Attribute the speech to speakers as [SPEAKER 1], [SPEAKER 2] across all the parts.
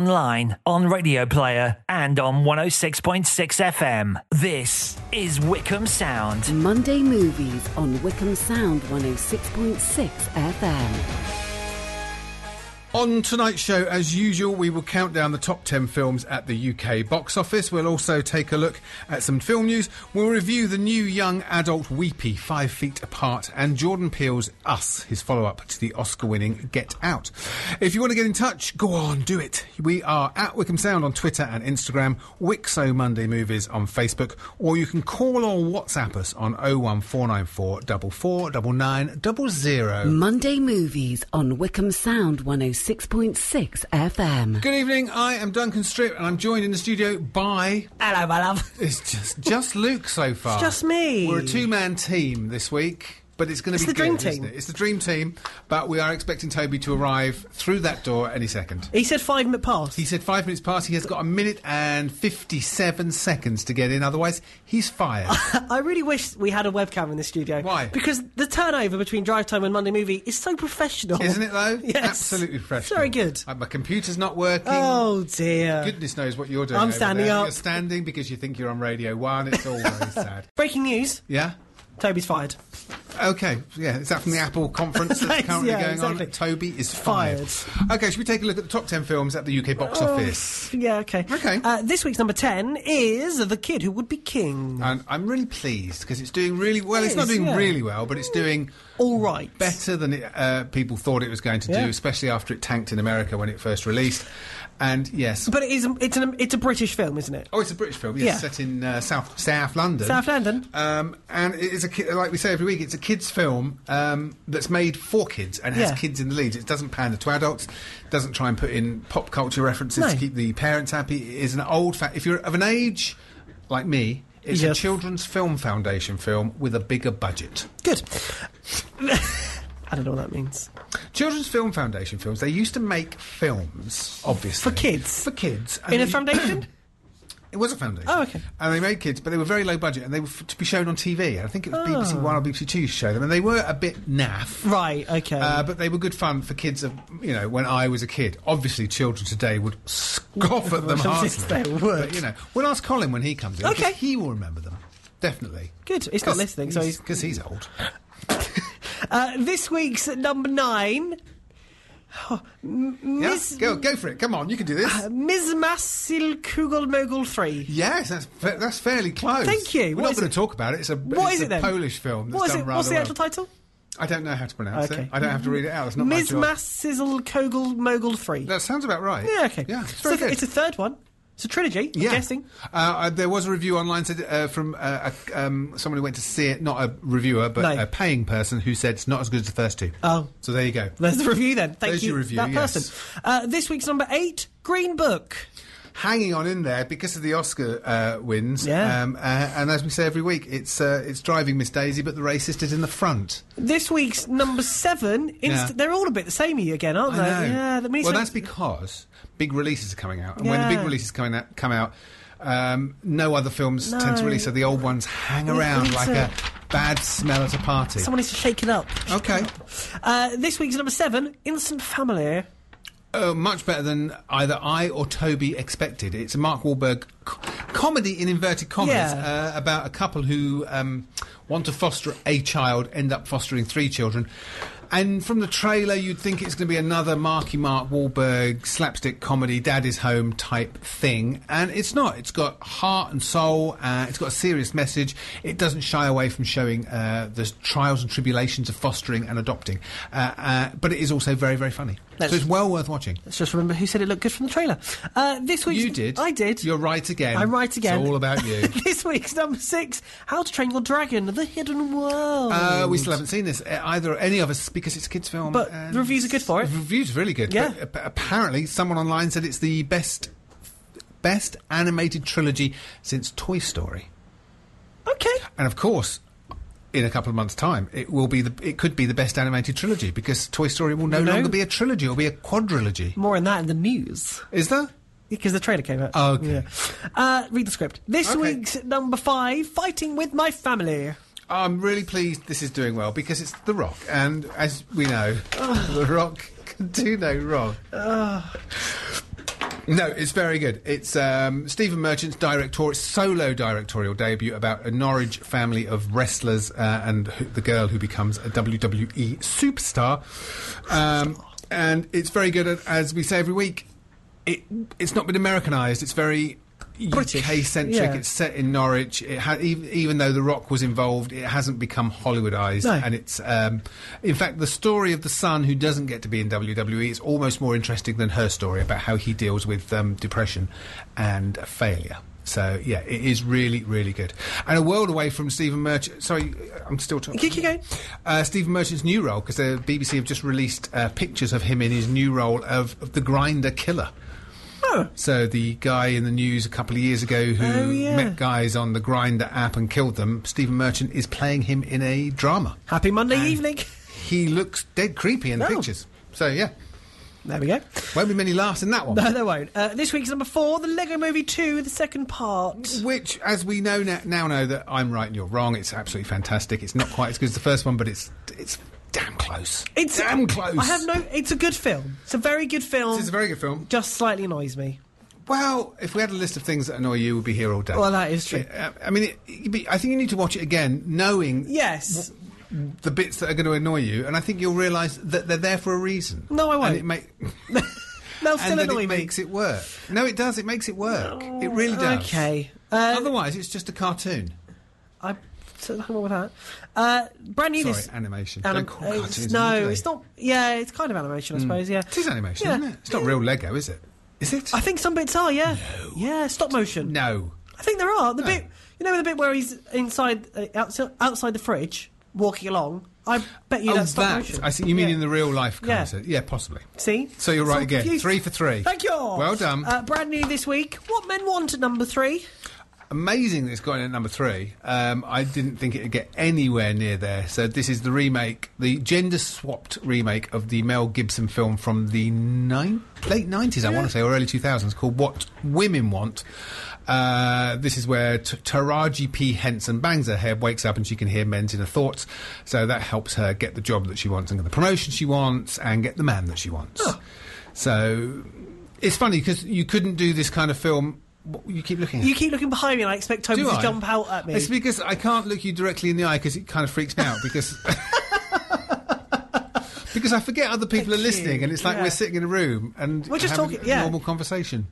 [SPEAKER 1] online, on Radio Player, and on 106.6 FM. This is Wickham Sound.
[SPEAKER 2] Monday Movies on Wickham Sound 106.6 FM.
[SPEAKER 3] On tonight's show, as usual, we will count down the top 10 films at the UK box office. We'll also take a look at some film news. We'll review the new young adult Weepy, Five Feet Apart, and Jordan Peele's Us, his follow up to the Oscar winning Get Out. If you want to get in touch, go on, do it. We are at Wickham Sound on Twitter and Instagram, Wixo Monday Movies on Facebook, or you can call or WhatsApp us on 01494 449900.
[SPEAKER 2] Monday Movies on Wickham Sound 106.6 FM.
[SPEAKER 3] Good evening. I am Duncan Strip, and I'm joined in the studio by
[SPEAKER 4] Hello, my love.
[SPEAKER 3] it's just just Luke so far.
[SPEAKER 4] just me.
[SPEAKER 3] We're a two man team this week, but it's going to
[SPEAKER 4] It's
[SPEAKER 3] be
[SPEAKER 4] the dream
[SPEAKER 3] good, isn't
[SPEAKER 4] team.
[SPEAKER 3] it? It's the dream team, but we are expecting Toby to arrive through that door any second.
[SPEAKER 4] He said five minute pass.
[SPEAKER 3] He said five minutes past. He has got a minute and fifty-seven seconds to get in. Otherwise, he's fired.
[SPEAKER 4] I really wish we had a webcam in the studio.
[SPEAKER 3] Why?
[SPEAKER 4] Because the turnover between drive time and Monday movie is so professional.
[SPEAKER 3] Isn't it though?
[SPEAKER 4] Yes.
[SPEAKER 3] Absolutely fresh.
[SPEAKER 4] It's very good.
[SPEAKER 3] Uh, my computer's not working.
[SPEAKER 4] Oh dear.
[SPEAKER 3] Goodness knows what you're doing.
[SPEAKER 4] I'm
[SPEAKER 3] over
[SPEAKER 4] standing
[SPEAKER 3] there.
[SPEAKER 4] up.
[SPEAKER 3] You're standing because you think you're on Radio One. It's all very sad.
[SPEAKER 4] Breaking news
[SPEAKER 3] Yeah.
[SPEAKER 4] Toby's fired.
[SPEAKER 3] Okay, yeah, is that from the Apple conference that's
[SPEAKER 4] Thanks,
[SPEAKER 3] currently
[SPEAKER 4] yeah,
[SPEAKER 3] going
[SPEAKER 4] exactly.
[SPEAKER 3] on? Toby is fired. Okay, should we take a look at the top 10 films at the UK box
[SPEAKER 4] Oh.
[SPEAKER 3] office?
[SPEAKER 4] Yeah, okay.
[SPEAKER 3] Okay.
[SPEAKER 4] Uh, this week's number 10 is The Kid Who Would Be King.
[SPEAKER 3] And I'm really pleased because it's doing really well.
[SPEAKER 4] It
[SPEAKER 3] it's not
[SPEAKER 4] is,
[SPEAKER 3] doing
[SPEAKER 4] yeah.
[SPEAKER 3] really well, but it's doing
[SPEAKER 4] All right.
[SPEAKER 3] better than it, uh, people thought it was going to
[SPEAKER 4] Yeah.
[SPEAKER 3] do, especially after it tanked in America when it first released. And yes.
[SPEAKER 4] But it is, it's, an, it's a British film, isn't it?
[SPEAKER 3] Oh, it's a British film, yes,
[SPEAKER 4] Yeah.
[SPEAKER 3] set in uh, South South London.
[SPEAKER 4] South London.
[SPEAKER 3] um, and it is a ki- like we say every week. It's a kids' film um, that's made for kids and has
[SPEAKER 4] Yeah.
[SPEAKER 3] kids in the lead. It doesn't pander to adults. Doesn't try and put in pop culture references to
[SPEAKER 4] No.
[SPEAKER 3] keep the parents happy. It is an old. Fa- if you're of an age like me, it's
[SPEAKER 4] Yes.
[SPEAKER 3] a Children's Film Foundation film with a bigger budget.
[SPEAKER 4] Good. I don't know what that means.
[SPEAKER 3] Children's Film Foundation films. They used to make films, obviously
[SPEAKER 4] For kids?
[SPEAKER 3] for kids and
[SPEAKER 4] In a
[SPEAKER 3] they-
[SPEAKER 4] foundation?
[SPEAKER 3] It was a foundation.
[SPEAKER 4] Oh, okay.
[SPEAKER 3] And they made kids, but they were very low budget, and they were f- to be shown on TV. I think it was BBC One or BBC Two showed them, and they were a bit naff.
[SPEAKER 4] Ah. right, okay.
[SPEAKER 3] Uh, but they were good fun for kids of you know when I was a kid. Obviously, children today would scoff at them
[SPEAKER 4] Obviously,
[SPEAKER 3] heartily.
[SPEAKER 4] they would.
[SPEAKER 3] But, you know, we'll ask Colin when he comes in. 'cause
[SPEAKER 4] Okay.
[SPEAKER 3] he will remember them definitely.
[SPEAKER 4] Good. He's not listening, so he's
[SPEAKER 3] because he's old.
[SPEAKER 4] Uh, this week's number nine,
[SPEAKER 3] Yeah,
[SPEAKER 4] Miss- Um,
[SPEAKER 3] go go for it. Come on, you can do this.
[SPEAKER 4] Ms. Masil Kugel Mogul 3.
[SPEAKER 3] yes, that's fa- that's fairly close.
[SPEAKER 4] Thank you.
[SPEAKER 3] We're
[SPEAKER 4] What
[SPEAKER 3] not
[SPEAKER 4] is
[SPEAKER 3] going
[SPEAKER 4] it?
[SPEAKER 3] to talk about it. It's a
[SPEAKER 4] What
[SPEAKER 3] it's
[SPEAKER 4] is
[SPEAKER 3] a
[SPEAKER 4] it then?
[SPEAKER 3] Polish film. That's
[SPEAKER 4] What is
[SPEAKER 3] done
[SPEAKER 4] it?
[SPEAKER 3] rather
[SPEAKER 4] What's the
[SPEAKER 3] well.
[SPEAKER 4] actual title?
[SPEAKER 3] I don't know how to pronounce
[SPEAKER 4] Okay.
[SPEAKER 3] it. I don't have to read it out. It's not
[SPEAKER 4] Ms.
[SPEAKER 3] my job.
[SPEAKER 4] Masil Kugel Mogul 3.
[SPEAKER 3] That sounds about right.
[SPEAKER 4] yeah, okay.
[SPEAKER 3] Yeah, it's
[SPEAKER 4] So
[SPEAKER 3] very
[SPEAKER 4] it's,
[SPEAKER 3] good.
[SPEAKER 4] a third one. It's a trilogy,
[SPEAKER 3] yeah.
[SPEAKER 4] I'm guessing.
[SPEAKER 3] Uh, uh, there was a review online said, uh, from uh, a, um, someone who went to see it, not a reviewer, but
[SPEAKER 4] No.
[SPEAKER 3] a paying person who said it's not as good as the first two.
[SPEAKER 4] Oh.
[SPEAKER 3] So there you go.
[SPEAKER 4] There's the review then. Thank
[SPEAKER 3] There's
[SPEAKER 4] you,
[SPEAKER 3] your review,
[SPEAKER 4] that
[SPEAKER 3] yes.
[SPEAKER 4] person. Uh, this week's number eight, Green Book.
[SPEAKER 3] Hanging on in there because of the Oscar uh, wins.
[SPEAKER 4] Yeah.
[SPEAKER 3] Um, uh, and as we say every week, it's uh, it's driving Miss Daisy, but the racist is in the front.
[SPEAKER 4] This week's number seven, inst-
[SPEAKER 3] Yeah.
[SPEAKER 4] they're all a bit the samey again, aren't they?
[SPEAKER 3] I know.
[SPEAKER 4] Yeah, the mini-
[SPEAKER 3] well, that's because big releases are coming out, and when the big
[SPEAKER 4] Yeah.
[SPEAKER 3] releases coming out, come out, um, no other films tend to
[SPEAKER 4] No.
[SPEAKER 3] release, so the old ones hang
[SPEAKER 4] It
[SPEAKER 3] around
[SPEAKER 4] leaves
[SPEAKER 3] like
[SPEAKER 4] a-
[SPEAKER 3] a bad smell at a party.
[SPEAKER 4] Someone needs to shake it up.
[SPEAKER 3] Okay,
[SPEAKER 4] Uh, this week's number seven, Instant Family.
[SPEAKER 3] uh, much better than either I or Toby expected. It's a Mark Wahlberg co- comedy in inverted commas
[SPEAKER 4] Yeah.
[SPEAKER 3] uh, about a couple who um, want to foster a child, end up fostering three children. And from the trailer, you'd think it's going to be another Marky Mark Wahlberg slapstick comedy, Dad is Home type thing. And it's not. It's got heart and soul. Uh, it's got a serious message. It doesn't shy away from showing uh, the trials and tribulations of fostering and adopting. Uh, uh, but it is also very, very funny.
[SPEAKER 4] That's-
[SPEAKER 3] so it's well worth watching.
[SPEAKER 4] Let's just remember who said it looked good from the trailer. Uh, this week's
[SPEAKER 3] You did.
[SPEAKER 4] I did.
[SPEAKER 3] You're right again.
[SPEAKER 4] I'm right again.
[SPEAKER 3] It's all about you.
[SPEAKER 4] this week's number six: How to Train Your Dragon: The Hidden World.
[SPEAKER 3] Uh, we still haven't seen this, uh, either any of us, because it's a kids' film.
[SPEAKER 4] But the reviews are good for it.
[SPEAKER 3] The reviews are really good.
[SPEAKER 4] Yeah.
[SPEAKER 3] But, ap- apparently, someone online said it's the best, best animated trilogy since Toy Story.
[SPEAKER 4] okay.
[SPEAKER 3] And of course, in a couple of months' time, it will be the. It could be the best animated trilogy because Toy Story will no
[SPEAKER 4] You know-
[SPEAKER 3] longer be a trilogy; it'll be a quadrilogy.
[SPEAKER 4] More on that in the news
[SPEAKER 3] Is there?
[SPEAKER 4] because the trailer came out.
[SPEAKER 3] Okay.
[SPEAKER 4] Uh, read the script. This
[SPEAKER 3] Okay.
[SPEAKER 4] week's number five: Fighting with My Family.
[SPEAKER 3] I'm really pleased this is doing well because it's The Rock, and as we know, The Rock can do no wrong. No, it's very good. It's um, Stephen Merchant's directorial solo directorial debut about a Norwich family of wrestlers uh, and who, the girl who becomes a WWE superstar. Um, and it's very good. And As we say every week, it it's not been Americanized. It's very
[SPEAKER 4] British,
[SPEAKER 3] UK centric.
[SPEAKER 4] yeah.
[SPEAKER 3] It's set in Norwich. It ha- even, even though The Rock was involved, it hasn't become Hollywoodized.
[SPEAKER 4] No.
[SPEAKER 3] And it's, um, in fact, the story of the son who doesn't get to be in WWE is almost more interesting than her story about how he deals with um, depression and failure. So yeah, it is really, really good. And a world away from Stephen Merchant. Sorry, I'm still talking.
[SPEAKER 4] Keep- keep going.
[SPEAKER 3] Uh, Stephen Merchant's new role because the BBC have just released uh, pictures of him in his new role of, of the Grinder Killer. So the guy in the news a couple of years ago who
[SPEAKER 4] Oh, yeah.
[SPEAKER 3] met guys on the Grinder app and killed them, Stephen Merchant is playing him in a drama.
[SPEAKER 4] Happy Monday
[SPEAKER 3] Ah.
[SPEAKER 4] evening.
[SPEAKER 3] He looks dead creepy in the
[SPEAKER 4] Oh.
[SPEAKER 3] pictures. So yeah,
[SPEAKER 4] There we go.
[SPEAKER 3] won't be many laughs in that one.
[SPEAKER 4] No, there won't. Uh, this week's number four, The Lego Movie 2, the second part.
[SPEAKER 3] Which, as we know na- now, know that I'm right and you're wrong. It's absolutely fantastic. It's not quite as good as the first one, but it's it's damn close.
[SPEAKER 4] It's
[SPEAKER 3] damn close.
[SPEAKER 4] I have no. It's a good film. It's a very good film.
[SPEAKER 3] This is a very good film.
[SPEAKER 4] Just slightly annoys me.
[SPEAKER 3] Well, if we had a list of things that annoy you, we'd be here all day.
[SPEAKER 4] Well, that is true.
[SPEAKER 3] Uh, I mean, it, it'd be, I think you need to watch it again, knowing
[SPEAKER 4] Yes.
[SPEAKER 3] the bits that are going to annoy you, and I think you'll realise that they're there for a reason.
[SPEAKER 4] No, I won't.
[SPEAKER 3] And it, ma-
[SPEAKER 4] They'll
[SPEAKER 3] and
[SPEAKER 4] still
[SPEAKER 3] that
[SPEAKER 4] annoy
[SPEAKER 3] it
[SPEAKER 4] me.
[SPEAKER 3] makes it work. No, it does. It makes it work. It really does.
[SPEAKER 4] Okay. Uh,
[SPEAKER 3] Otherwise, it's just a cartoon.
[SPEAKER 4] I. So nothing wrong with that. Uh, brand new
[SPEAKER 3] Sorry,
[SPEAKER 4] this.
[SPEAKER 3] animation.
[SPEAKER 4] anim-
[SPEAKER 3] Don't call
[SPEAKER 4] it's-
[SPEAKER 3] cartoons, do
[SPEAKER 4] no,
[SPEAKER 3] they?
[SPEAKER 4] it's not. Yeah, it's kind of animation, I suppose. Yeah,
[SPEAKER 3] It is animation,
[SPEAKER 4] Yeah.
[SPEAKER 3] isn't it? It's not real Lego, is it? Is it?
[SPEAKER 4] I think some bits are. Yeah, yeah, stop motion.
[SPEAKER 3] no.
[SPEAKER 4] I think there are the
[SPEAKER 3] No.
[SPEAKER 4] bit. You know the bit where he's inside, uh, outside, outside the fridge, walking along. I bet you
[SPEAKER 3] oh,
[SPEAKER 4] that's stop
[SPEAKER 3] that.
[SPEAKER 4] motion.
[SPEAKER 3] I see. You mean
[SPEAKER 4] Yeah.
[SPEAKER 3] in the real life
[SPEAKER 4] Yeah.
[SPEAKER 3] concert? Yeah, possibly.
[SPEAKER 4] See?
[SPEAKER 3] So you're
[SPEAKER 4] It's
[SPEAKER 3] right
[SPEAKER 4] all
[SPEAKER 3] again.
[SPEAKER 4] confused.
[SPEAKER 3] Three for three.
[SPEAKER 4] Thank you.
[SPEAKER 3] Well done.
[SPEAKER 4] Uh, brand new this week. What men want at number three?
[SPEAKER 3] Amazing that it's gone in at number three. Um, I didn't think it'd get anywhere near there. So this is the remake, the gender swapped remake of the Mel Gibson film from the nine, late nineties, I want to say, or early two thousands, called What Women Want. Uh, this is where T- Taraji P Henson bangs her head, wakes up, and she can hear men's inner thoughts. So that helps her get the job that she wants and get the promotion she wants and get the man that she wants. So it's funny because you couldn't do this kind of film. what- You keep looking. at
[SPEAKER 4] You keep looking behind me, and I expect Toby to jump out at me.
[SPEAKER 3] it's because I can't look you directly in the eye because it kind of freaks me out because. Because I forget other people are
[SPEAKER 4] Thank you.
[SPEAKER 3] listening, and it's like
[SPEAKER 4] Yeah.
[SPEAKER 3] we're sitting in a room and
[SPEAKER 4] We're just
[SPEAKER 3] having
[SPEAKER 4] talking-
[SPEAKER 3] a
[SPEAKER 4] yeah.
[SPEAKER 3] normal conversation.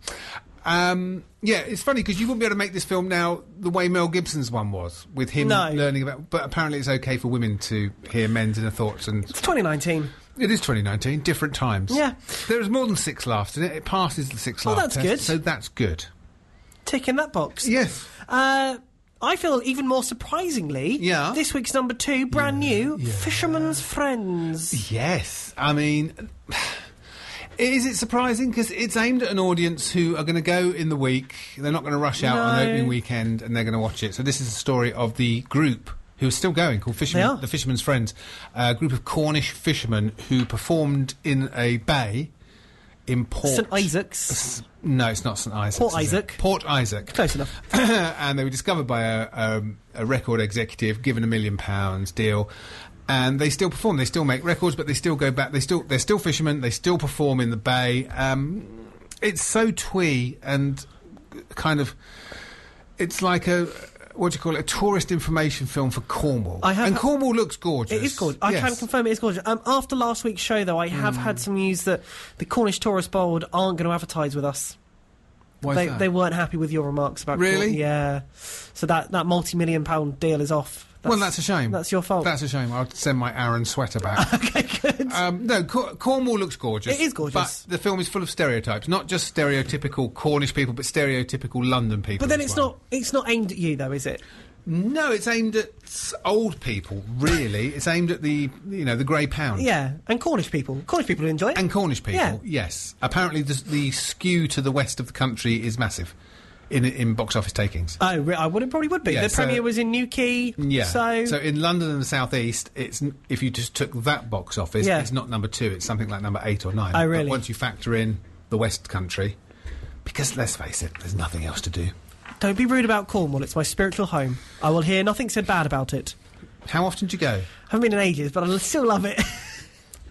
[SPEAKER 3] Um, yeah, it's funny because you wouldn't be able to make this film now the way Mel Gibson's one was, with him
[SPEAKER 4] No.
[SPEAKER 3] learning about. But apparently, it's okay for women to hear men's inner thoughts, and
[SPEAKER 4] It's 2019.
[SPEAKER 3] it is 2019, different times.
[SPEAKER 4] Yeah.
[SPEAKER 3] there is more than six laughs in it. It passes the six
[SPEAKER 4] Oh,
[SPEAKER 3] laugh
[SPEAKER 4] that's
[SPEAKER 3] test,
[SPEAKER 4] good.
[SPEAKER 3] So that's good.
[SPEAKER 4] Tick in that box.
[SPEAKER 3] Yes.
[SPEAKER 4] Uh, I feel even more surprisingly,
[SPEAKER 3] Yeah.
[SPEAKER 4] this week's number two, brand new, Fisherman's Friends.
[SPEAKER 3] Yes, I mean, is it surprising because it's aimed at an audience who are going to go in the week? They're not going to rush out on
[SPEAKER 4] No.
[SPEAKER 3] opening weekend, and they're going to watch it. So this is the story of the group who are still going, called
[SPEAKER 4] They are.
[SPEAKER 3] Fisherman, the Fisherman's Friends, a group of Cornish fishermen who performed in a bay in Port
[SPEAKER 4] St Isaac's.
[SPEAKER 3] No, it's not St Isaac's.
[SPEAKER 4] Port
[SPEAKER 3] is it?
[SPEAKER 4] Isaac.
[SPEAKER 3] Port Isaac.
[SPEAKER 4] Close enough.
[SPEAKER 3] and they were discovered by a, um, a record executive, given a million pounds deal, and they still perform. They still make records, but they still go back. They still they're still fishermen. They still perform in the bay. Um, it's so twee and kind of it's like a what do you call it? A tourist information film for Cornwall.
[SPEAKER 4] I have-
[SPEAKER 3] and Cornwall looks gorgeous.
[SPEAKER 4] It is gorgeous. I can
[SPEAKER 3] Yes. Mm.
[SPEAKER 4] confirm it is gorgeous. Um, after last week's show, though, I have had some news that the Cornish Tourist Board aren't going to advertise with us.
[SPEAKER 3] Why is
[SPEAKER 4] They,
[SPEAKER 3] that?
[SPEAKER 4] they weren't happy with your remarks about
[SPEAKER 3] Really?
[SPEAKER 4] Corn- Yeah. So that, that multi million pound deal is off.
[SPEAKER 3] well, that's a shame.
[SPEAKER 4] That's your fault.
[SPEAKER 3] That's a shame. I'll send my Aaron sweater back.
[SPEAKER 4] okay, good.
[SPEAKER 3] Um, no, Cor- Cornwall looks gorgeous.
[SPEAKER 4] It is gorgeous.
[SPEAKER 3] But the film is full of stereotypes, not just stereotypical Cornish people, but stereotypical London people.
[SPEAKER 4] But then
[SPEAKER 3] as
[SPEAKER 4] it's
[SPEAKER 3] well.
[SPEAKER 4] not it's not aimed at you though, is it?
[SPEAKER 3] No, it's aimed at s- old people. Really, it's aimed at the you know the grey pound.
[SPEAKER 4] Yeah, and Cornish people. Cornish people who enjoy it.
[SPEAKER 3] And Cornish people,
[SPEAKER 4] Yeah.
[SPEAKER 3] yes. Apparently, the, the skew to the west of the country is massive in in box office takings.
[SPEAKER 4] oh, re- I would it probably would be.
[SPEAKER 3] Yeah,
[SPEAKER 4] the
[SPEAKER 3] so-
[SPEAKER 4] premiere was in Newquay.
[SPEAKER 3] Yeah.
[SPEAKER 4] So,
[SPEAKER 3] in London and the southeast, it's n- if you just took that box office,
[SPEAKER 4] Yeah.
[SPEAKER 3] it's not number two. It's something like number eight or nine.
[SPEAKER 4] Oh,
[SPEAKER 3] But
[SPEAKER 4] really?
[SPEAKER 3] once you factor in the West Country, because let's face it, there's nothing else to do.
[SPEAKER 4] don't be rude about Cornwall. It's my spiritual home. I will hear nothing said bad about it.
[SPEAKER 3] How often do you go?
[SPEAKER 4] I haven't been in ages, but I still love it.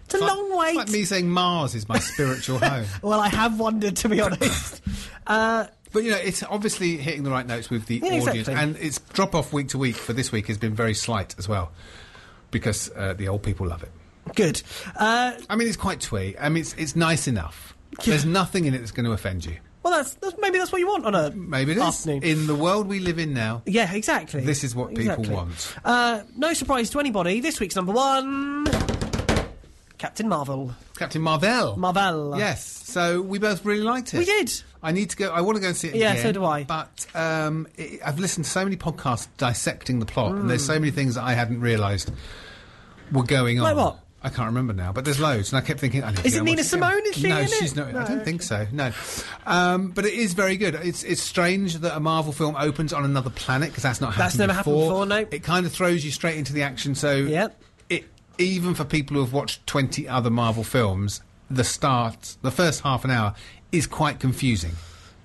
[SPEAKER 4] It's a
[SPEAKER 3] It's like-
[SPEAKER 4] long
[SPEAKER 3] it's
[SPEAKER 4] wait.
[SPEAKER 3] like me saying Mars is my spiritual home.
[SPEAKER 4] Well, I have wondered, to be honest. uh,
[SPEAKER 3] But you know, it's obviously hitting the right notes with the
[SPEAKER 4] Yeah,
[SPEAKER 3] audience,
[SPEAKER 4] exactly.
[SPEAKER 3] and its drop off week to week for this week has been very slight as well, because uh, the old people love it.
[SPEAKER 4] good. Uh,
[SPEAKER 3] I mean, it's quite twee. I mean, it's it's nice enough.
[SPEAKER 4] Yeah.
[SPEAKER 3] There's nothing in it that's going to offend you.
[SPEAKER 4] well, that's, that's maybe that's what you want on a
[SPEAKER 3] Maybe it is.
[SPEAKER 4] afternoon.
[SPEAKER 3] In the world we live in now,
[SPEAKER 4] yeah, exactly.
[SPEAKER 3] this is what people
[SPEAKER 4] Exactly.
[SPEAKER 3] want.
[SPEAKER 4] Uh, no surprise to anybody. This week's number one, Captain Marvel.
[SPEAKER 3] Captain Marvel.
[SPEAKER 4] Marvel.
[SPEAKER 3] Yes. So we both really liked it.
[SPEAKER 4] We did.
[SPEAKER 3] I need to go. I want to go and see it.
[SPEAKER 4] Yeah,
[SPEAKER 3] again,
[SPEAKER 4] so do I.
[SPEAKER 3] But um, it, I've listened to so many podcasts dissecting the plot, and there's so many things that I hadn't realised were going on.
[SPEAKER 4] Mm. Like what?
[SPEAKER 3] I can't remember now, but there's loads, and I kept thinking, I need to
[SPEAKER 4] Is
[SPEAKER 3] go
[SPEAKER 4] it
[SPEAKER 3] and
[SPEAKER 4] Nina
[SPEAKER 3] watch again.
[SPEAKER 4] Simone? Is she
[SPEAKER 3] no,
[SPEAKER 4] in it?
[SPEAKER 3] she's not.
[SPEAKER 4] No,
[SPEAKER 3] I don't think
[SPEAKER 4] okay.
[SPEAKER 3] so. No, um, but it is very good. It's it's strange that a Marvel film opens on another planet because that's not happened.
[SPEAKER 4] That's never happened before, no.
[SPEAKER 3] It kind of throws you straight into the action. So
[SPEAKER 4] Yep.
[SPEAKER 3] it even for people who have watched 20 other Marvel films, the start, the first half an hour is quite confusing.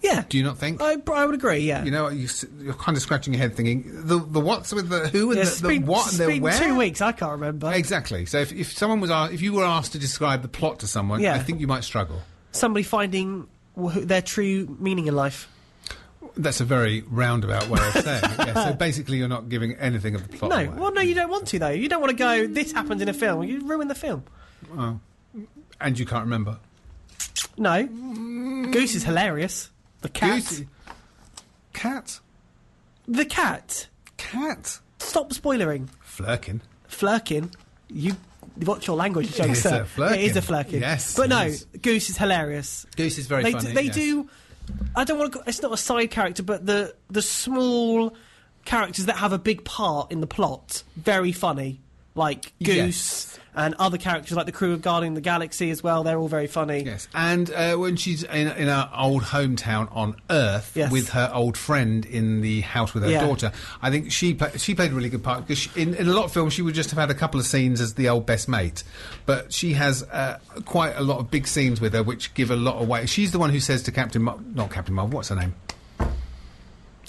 [SPEAKER 4] Yeah.
[SPEAKER 3] Do you not think?
[SPEAKER 4] I, I would agree, yeah.
[SPEAKER 3] you know, you, s- you're kind of scratching your head thinking, the, the what's with the who and
[SPEAKER 4] yeah
[SPEAKER 3] the,
[SPEAKER 4] it's
[SPEAKER 3] the
[SPEAKER 4] been-
[SPEAKER 3] what
[SPEAKER 4] it's
[SPEAKER 3] and the
[SPEAKER 4] been
[SPEAKER 3] where?
[SPEAKER 4] two weeks, I can't remember.
[SPEAKER 3] Exactly. So if, if someone was asked, if you were asked to describe the plot to someone,
[SPEAKER 4] Yeah.
[SPEAKER 3] I think you might struggle.
[SPEAKER 4] Somebody finding wh- their true meaning in life.
[SPEAKER 3] That's a very roundabout way of saying it. Yeah, so basically, you're not giving anything of the plot.
[SPEAKER 4] No,
[SPEAKER 3] away.
[SPEAKER 4] well, no, you don't want to, though. You don't want to go, this happened in a film. You ruin the film.
[SPEAKER 3] and you can't remember.
[SPEAKER 4] No. Goose is hilarious. The cat.
[SPEAKER 3] Goose- cat,
[SPEAKER 4] The cat.
[SPEAKER 3] cat,
[SPEAKER 4] Stop spoilering.
[SPEAKER 3] flirking.
[SPEAKER 4] Flirking. You watch your language, joke,
[SPEAKER 3] is
[SPEAKER 4] sir.
[SPEAKER 3] a flirking.
[SPEAKER 4] It is a flirking.
[SPEAKER 3] Yes,
[SPEAKER 4] But
[SPEAKER 3] it
[SPEAKER 4] no,
[SPEAKER 3] is.
[SPEAKER 4] Goose is hilarious.
[SPEAKER 3] Goose is very
[SPEAKER 4] they
[SPEAKER 3] funny.
[SPEAKER 4] do, they
[SPEAKER 3] yes.
[SPEAKER 4] do. I don't want to. It's not a side character, but the the small characters that have a big part in the plot very funny, like Goose
[SPEAKER 3] Yes.
[SPEAKER 4] and other characters like the crew of Guardian of the Galaxy as well. They're all very funny.
[SPEAKER 3] Yes, and uh, when she's in, in her old hometown on Earth
[SPEAKER 4] Yes.
[SPEAKER 3] with her old friend in the house with her
[SPEAKER 4] Yeah.
[SPEAKER 3] daughter, I think she pla- she played a really good part because she, in, in a lot of films she would just have had a couple of scenes as the old best mate, but she has uh, quite a lot of big scenes with her which give a lot away. She's the one who says to Captain, Mar- not Captain Marvel, what's her name?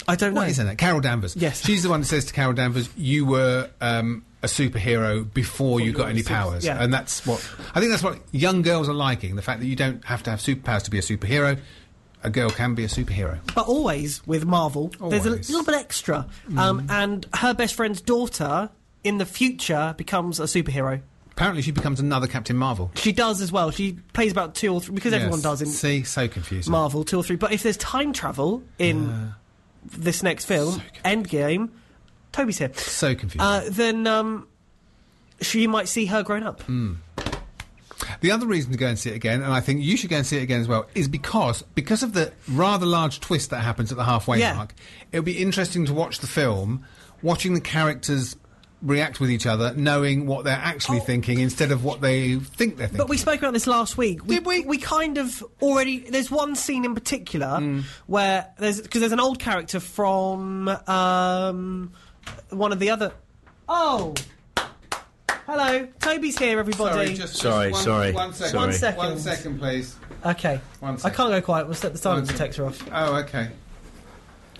[SPEAKER 4] I don't
[SPEAKER 3] What
[SPEAKER 4] know.
[SPEAKER 3] is her name? Carol Danvers.
[SPEAKER 4] Yes.
[SPEAKER 3] she's the one that says to Carol Danvers, "You were." Um, a superhero before you got any powers,
[SPEAKER 4] yeah.
[SPEAKER 3] and that's what I think. That's what young girls are liking: the fact that you don't have to have superpowers to be a superhero. A girl can be a superhero.
[SPEAKER 4] But always with Marvel, there's a
[SPEAKER 3] Always. Mm-hmm.
[SPEAKER 4] little bit extra. Um, and her best friend's daughter in the future becomes a superhero.
[SPEAKER 3] Apparently, she becomes another Captain Marvel.
[SPEAKER 4] She does as well. She plays about two or three because everyone
[SPEAKER 3] Yes.
[SPEAKER 4] does in
[SPEAKER 3] See, so confusing.
[SPEAKER 4] Marvel, two or three. But if there's time travel in this next film, Endgame, Toby's here,
[SPEAKER 3] so confusing.
[SPEAKER 4] uh, then um, she might see her grown up.
[SPEAKER 3] Hmm. The other reason to go and see it again, and I think you should go and see it again as well, is because because of the rather large twist that happens at the halfway
[SPEAKER 4] Yeah.
[SPEAKER 3] mark. It'll be interesting to watch the film, watching the characters react with each other, knowing what they're actually thinking instead of what they think they're thinking.
[SPEAKER 4] Oh. But we spoke about this last week.
[SPEAKER 3] Did we?
[SPEAKER 4] We kind of already. There's one scene in particular
[SPEAKER 3] Hmm.
[SPEAKER 4] where there's because there's an old character from um, one of the other. Oh, hello, Toby's here, everybody.
[SPEAKER 5] Sorry,
[SPEAKER 3] one-
[SPEAKER 5] sorry,
[SPEAKER 3] one second,
[SPEAKER 5] sorry.
[SPEAKER 4] One second.
[SPEAKER 3] one second, please.
[SPEAKER 4] okay,
[SPEAKER 3] One
[SPEAKER 4] I
[SPEAKER 3] sec.
[SPEAKER 4] can't go quiet. We'll set the silence
[SPEAKER 3] One sec.
[SPEAKER 4] detector off.
[SPEAKER 3] Oh, okay.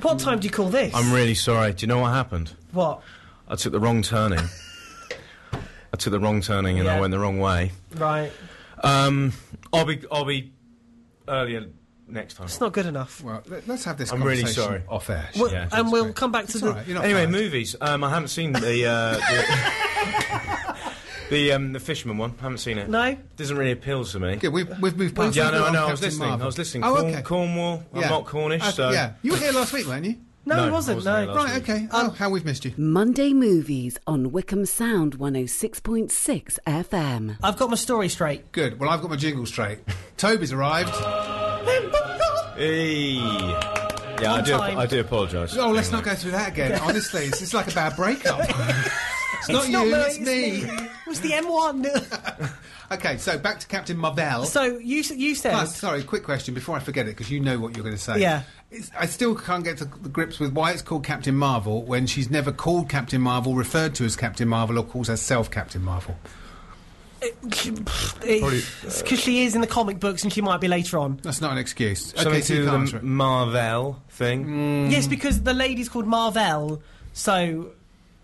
[SPEAKER 4] What time do you call this?
[SPEAKER 5] I'm really sorry. Do you know what happened?
[SPEAKER 4] what?
[SPEAKER 5] I took the wrong turning. I took the wrong turning and
[SPEAKER 4] Yeah.
[SPEAKER 5] I went the wrong way.
[SPEAKER 4] Right.
[SPEAKER 5] Um, I'll be I'll be earlier next time.
[SPEAKER 4] It's not good enough.
[SPEAKER 3] Well, let, us have this
[SPEAKER 5] I'm really
[SPEAKER 3] conversation
[SPEAKER 5] sorry.
[SPEAKER 3] off air.
[SPEAKER 4] Well,
[SPEAKER 5] Yeah.
[SPEAKER 4] and we'll
[SPEAKER 3] great.
[SPEAKER 4] come back to
[SPEAKER 3] It's
[SPEAKER 4] the.
[SPEAKER 3] all right, you're not
[SPEAKER 5] Anyway,
[SPEAKER 3] fired.
[SPEAKER 5] movies. Um, I haven't seen the uh, the, the, um, the fisherman one. I haven't seen it.
[SPEAKER 4] No?
[SPEAKER 5] doesn't really appeal to me.
[SPEAKER 3] Yeah, we've, we've moved past
[SPEAKER 5] Yeah,
[SPEAKER 3] that.
[SPEAKER 5] no,
[SPEAKER 3] We're on
[SPEAKER 5] no. I was
[SPEAKER 3] Captain
[SPEAKER 5] listening.
[SPEAKER 3] Marvel.
[SPEAKER 5] I was listening.
[SPEAKER 3] Oh,
[SPEAKER 5] Corn-
[SPEAKER 3] okay.
[SPEAKER 5] Cornwall.
[SPEAKER 3] Yeah.
[SPEAKER 5] I'm not Cornish,
[SPEAKER 3] Uh,
[SPEAKER 5] so
[SPEAKER 3] Yeah, you were here last week, weren't you?
[SPEAKER 4] No,
[SPEAKER 5] No,
[SPEAKER 4] it
[SPEAKER 5] I
[SPEAKER 4] wasn't.
[SPEAKER 5] wasn't there
[SPEAKER 4] no.
[SPEAKER 5] last
[SPEAKER 3] Right, okay. oh, how we've missed you.
[SPEAKER 2] Monday Movies on Wickham Sound 106.6 FM.
[SPEAKER 4] I've got my story straight.
[SPEAKER 3] Good. Well, I've got my jingle straight. Toby's arrived.
[SPEAKER 5] Hey. Yeah, I
[SPEAKER 4] On
[SPEAKER 5] do.
[SPEAKER 4] time.
[SPEAKER 5] I do apologise.
[SPEAKER 3] Oh, let's not go through that again. Honestly, it's, it's like a bad breakup. it's not you,
[SPEAKER 4] me,
[SPEAKER 3] it's me.
[SPEAKER 4] It was the M1.
[SPEAKER 3] Okay, so back to Captain Marvel.
[SPEAKER 4] so you s- you said
[SPEAKER 3] Plus, sorry, quick question before I forget it because you know what you're going to say.
[SPEAKER 4] Yeah.
[SPEAKER 3] It's, I still can't get to the grips with why it's called Captain Marvel when she's never called Captain Marvel, referred to as Captain Marvel, or calls herself Captain Marvel.
[SPEAKER 4] because she is in the comic books and she might be later on.
[SPEAKER 3] That's not an excuse.
[SPEAKER 5] Something
[SPEAKER 3] okay, so
[SPEAKER 5] to
[SPEAKER 3] you
[SPEAKER 5] do
[SPEAKER 3] can't
[SPEAKER 5] with
[SPEAKER 3] answer
[SPEAKER 5] the
[SPEAKER 3] it.
[SPEAKER 5] Marvel thing.
[SPEAKER 3] Mm.
[SPEAKER 4] Yes, because the lady's called Marvel, so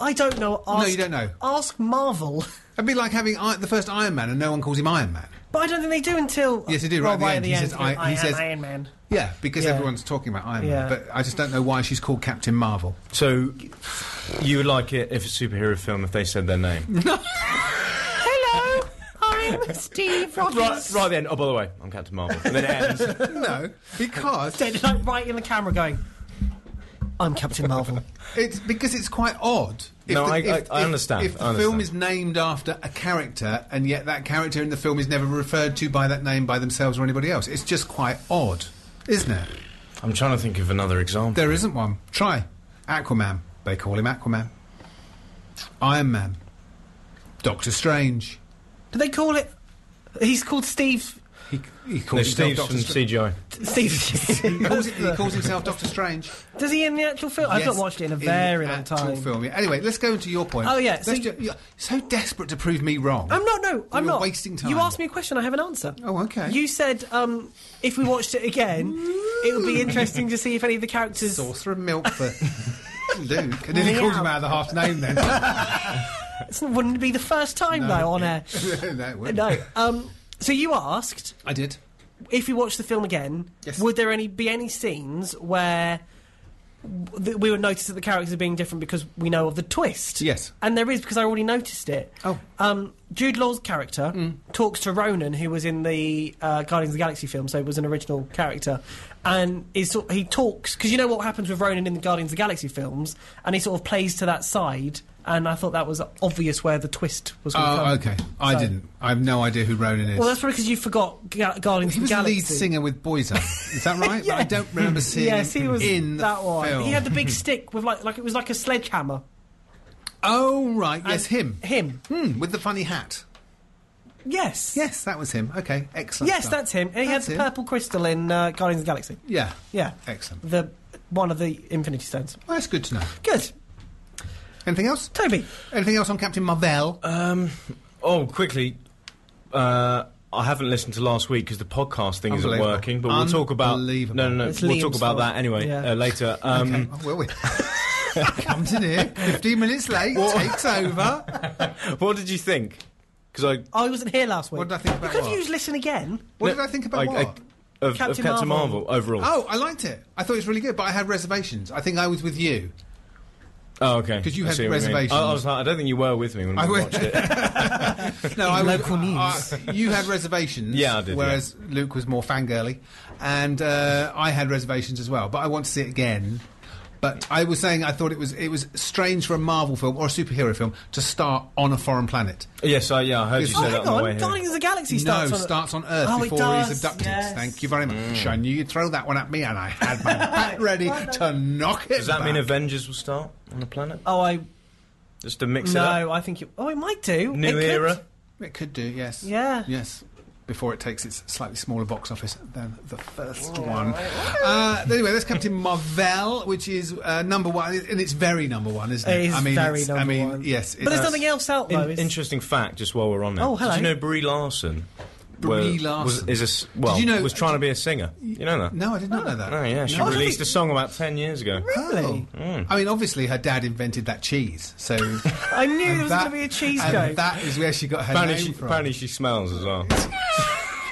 [SPEAKER 4] I don't know. Ask,
[SPEAKER 3] you don't know.
[SPEAKER 4] Ask Marvel.
[SPEAKER 3] It'd be like having I- the first Iron Man and no one calls him Iron Man.
[SPEAKER 4] But I don't think they do until.
[SPEAKER 3] Yes, they do,
[SPEAKER 4] Well,
[SPEAKER 3] right at the
[SPEAKER 4] right
[SPEAKER 3] end. He says, I- he
[SPEAKER 4] am
[SPEAKER 3] says-
[SPEAKER 4] Iron Man.
[SPEAKER 3] Yeah, because
[SPEAKER 4] Yeah.
[SPEAKER 3] everyone's talking about Iron Man.
[SPEAKER 4] Yeah.
[SPEAKER 3] But I just don't know why she's called Captain Marvel.
[SPEAKER 5] So, you would like it if a superhero film if they said their name?
[SPEAKER 4] Hello, I'm Steve
[SPEAKER 5] right,
[SPEAKER 4] Rogers.
[SPEAKER 5] right then. Oh, by the way, I'm Captain Marvel. And then it ends.
[SPEAKER 3] No, because
[SPEAKER 4] Dead, like right in the camera, going. I'm Captain Marvel.
[SPEAKER 3] it's because it's quite odd. If
[SPEAKER 5] No, I- I- I understand,
[SPEAKER 3] If the
[SPEAKER 5] I
[SPEAKER 3] film
[SPEAKER 5] understand.
[SPEAKER 3] is named after a character, and yet that character in the film is never referred to by that name by themselves or anybody else, it's just quite odd, isn't it?
[SPEAKER 5] I'm trying to think of another example.
[SPEAKER 3] There isn't one. Try Aquaman. They call him Aquaman. Iron Man. Doctor Strange.
[SPEAKER 4] Do they call it? He's called Steve.
[SPEAKER 3] He, he calls
[SPEAKER 5] No,
[SPEAKER 3] himself
[SPEAKER 5] Steve's
[SPEAKER 3] Doctor
[SPEAKER 5] from
[SPEAKER 3] Strange.
[SPEAKER 5] CGI.
[SPEAKER 3] He calls,
[SPEAKER 4] Steve.
[SPEAKER 3] it- he calls himself Doctor Strange.
[SPEAKER 4] Does he in the actual film? I've
[SPEAKER 3] Yes,
[SPEAKER 4] not watched it in a
[SPEAKER 3] the
[SPEAKER 4] very long
[SPEAKER 3] actual
[SPEAKER 4] time.
[SPEAKER 3] Film. yeah. Anyway, let's go into your point.
[SPEAKER 4] Oh, yeah,
[SPEAKER 3] Let's
[SPEAKER 4] so
[SPEAKER 3] ju- you're so desperate to prove me wrong.
[SPEAKER 4] I'm not. No, I'm
[SPEAKER 3] You're
[SPEAKER 4] not.
[SPEAKER 3] wasting time.
[SPEAKER 4] You asked me a question. I have an answer.
[SPEAKER 3] Oh, okay.
[SPEAKER 4] You said um, if we watched it again, it would be interesting to see if any of the characters.
[SPEAKER 3] Sorcerer Milkfoot. Luke. And then he calls him out of the half name then.
[SPEAKER 4] It's- wouldn't be the first time though on air.
[SPEAKER 3] no, it wouldn't.
[SPEAKER 4] No. Um, so you asked
[SPEAKER 3] I did.
[SPEAKER 4] if we watched the film again,
[SPEAKER 3] Yes.
[SPEAKER 4] would there any be any scenes where w- th- we would notice that the characters are being different because we know of the twist?
[SPEAKER 3] Yes.
[SPEAKER 4] And there is because I already noticed it.
[SPEAKER 3] Oh. Mm.
[SPEAKER 4] Um, Jude Law's character talks to Ronan, who was in the uh, Guardians of the Galaxy film, so was an original character, and is sort he talks because you know what happens with Ronan in the Guardians of the Galaxy films, and he sort of plays to that side, and I thought that was obvious where the twist was. going
[SPEAKER 3] Oh,
[SPEAKER 4] come.
[SPEAKER 3] okay. I
[SPEAKER 4] So-
[SPEAKER 3] didn't. I have no idea who Ronan is.
[SPEAKER 4] Well, that's probably because you forgot Ga- Guardians
[SPEAKER 3] he
[SPEAKER 4] of the
[SPEAKER 3] was the
[SPEAKER 4] Galaxy.
[SPEAKER 3] lead singer with Boyzone. Is that right?
[SPEAKER 4] Yeah.
[SPEAKER 3] I don't remember seeing
[SPEAKER 4] Yes, he
[SPEAKER 3] him
[SPEAKER 4] was
[SPEAKER 3] in the
[SPEAKER 4] that one.
[SPEAKER 3] film.
[SPEAKER 4] He had the big stick with like like it was like a sledgehammer.
[SPEAKER 3] Oh, right. Yes, him.
[SPEAKER 4] Him.
[SPEAKER 3] Hmm, with the funny hat.
[SPEAKER 4] Yes.
[SPEAKER 3] Yes, that was him. Okay, excellent.
[SPEAKER 4] Yes,
[SPEAKER 3] stuff.
[SPEAKER 4] that's him. And he had
[SPEAKER 3] That's
[SPEAKER 4] the
[SPEAKER 3] him.
[SPEAKER 4] purple crystal in uh, Guardians of the Galaxy.
[SPEAKER 3] Yeah.
[SPEAKER 4] Yeah.
[SPEAKER 3] Excellent.
[SPEAKER 4] The one of the Infinity Stones.
[SPEAKER 3] Well, that's good to know.
[SPEAKER 4] Good.
[SPEAKER 3] Anything else?
[SPEAKER 4] Toby.
[SPEAKER 3] Anything else on Captain Marvel?
[SPEAKER 5] Um, oh, quickly. Uh, I haven't listened to last week because the podcast thing isn't
[SPEAKER 3] Unbelievable.
[SPEAKER 5] working. But we'll talk about no,
[SPEAKER 3] Unbelievable.
[SPEAKER 5] no, no.
[SPEAKER 4] It's
[SPEAKER 5] we'll
[SPEAKER 4] Liam's
[SPEAKER 5] talk about
[SPEAKER 4] fault.
[SPEAKER 5] that anyway
[SPEAKER 4] Yeah.
[SPEAKER 5] uh, later. Um,
[SPEAKER 3] Okay, oh, will we? Comes in here, 15 minutes late, takes over.
[SPEAKER 5] What did you think? Because I
[SPEAKER 4] Oh, he wasn't here last week.
[SPEAKER 3] What did I think
[SPEAKER 4] You
[SPEAKER 3] about
[SPEAKER 4] could have
[SPEAKER 3] what?
[SPEAKER 4] used listen again.
[SPEAKER 3] What
[SPEAKER 5] No,
[SPEAKER 3] did I think about
[SPEAKER 5] I-
[SPEAKER 3] what?
[SPEAKER 5] I- of, Captain,
[SPEAKER 4] Captain
[SPEAKER 5] of Captain
[SPEAKER 4] Marvel.
[SPEAKER 5] Marvel. overall.
[SPEAKER 3] oh, I liked it. I thought it was really good, but I had reservations. I think I was with you.
[SPEAKER 5] Oh, okay.
[SPEAKER 3] 'Cause you
[SPEAKER 5] I
[SPEAKER 3] had
[SPEAKER 5] see what mean.
[SPEAKER 3] reservations.
[SPEAKER 5] I, I was like, I don't think you were with me when
[SPEAKER 3] I
[SPEAKER 5] we
[SPEAKER 3] went-
[SPEAKER 5] watched it.
[SPEAKER 3] No, I was-
[SPEAKER 4] Local news.
[SPEAKER 3] I- you had reservations.
[SPEAKER 5] Yeah, I did,
[SPEAKER 3] Whereas Luke was more fangirly, and uh, I had reservations as well. But I want to see it again. But I was saying I thought it was it was strange for a Marvel film or a superhero film to start on a foreign planet.
[SPEAKER 5] yes, I, yeah, I heard you
[SPEAKER 4] Oh,
[SPEAKER 5] say that
[SPEAKER 4] hang
[SPEAKER 5] on, the
[SPEAKER 4] on.
[SPEAKER 5] way
[SPEAKER 4] Guardians
[SPEAKER 5] here.
[SPEAKER 4] of the Galaxy starts
[SPEAKER 3] no,
[SPEAKER 4] on.
[SPEAKER 3] starts on Earth
[SPEAKER 4] Oh, it
[SPEAKER 3] before
[SPEAKER 4] does,
[SPEAKER 3] he's abducted.
[SPEAKER 4] yes.
[SPEAKER 3] Thank you very much.
[SPEAKER 5] Mm.
[SPEAKER 3] I knew you'd throw that one at me, and I had my bat ready to knock it.
[SPEAKER 5] Does that mean
[SPEAKER 3] back.
[SPEAKER 5] Avengers will start on the planet?
[SPEAKER 4] oh, I
[SPEAKER 5] Just to mix it up.
[SPEAKER 4] no. I think it. Oh, it might do. It
[SPEAKER 5] New
[SPEAKER 4] could.
[SPEAKER 5] era.
[SPEAKER 3] It could do, yes.
[SPEAKER 4] Yeah.
[SPEAKER 3] Yes. Before it takes its slightly smaller box office than the first one. Uh, anyway, that's Captain Marvel, which is uh, number one, and it's very number one, isn't it?
[SPEAKER 4] It is
[SPEAKER 3] I mean,
[SPEAKER 4] very
[SPEAKER 3] it's-
[SPEAKER 4] number
[SPEAKER 3] I mean,
[SPEAKER 4] one.
[SPEAKER 3] yes. it
[SPEAKER 4] But there's
[SPEAKER 3] does.
[SPEAKER 4] nothing else out though.
[SPEAKER 5] In-
[SPEAKER 4] is-
[SPEAKER 5] interesting fact, just while we're on it.
[SPEAKER 4] Oh, hello.
[SPEAKER 5] Did you know Brie Larson?
[SPEAKER 3] Brie
[SPEAKER 5] was-
[SPEAKER 3] Larson.
[SPEAKER 5] was, is a s well,
[SPEAKER 3] you know-
[SPEAKER 5] was trying to be a singer. You know that?
[SPEAKER 3] No, I did not know that.
[SPEAKER 5] Oh yeah, she
[SPEAKER 4] No.
[SPEAKER 5] released a song about ten years ago.
[SPEAKER 4] Really?
[SPEAKER 3] Oh.
[SPEAKER 5] Mm.
[SPEAKER 3] I mean, obviously, her dad invented that cheese, so
[SPEAKER 4] I knew there was
[SPEAKER 3] that-
[SPEAKER 4] going to be a cheese
[SPEAKER 3] and
[SPEAKER 4] joke.
[SPEAKER 3] that is where she got her
[SPEAKER 5] Apparently
[SPEAKER 3] name
[SPEAKER 5] she,
[SPEAKER 3] from.
[SPEAKER 5] apparently she smells as well.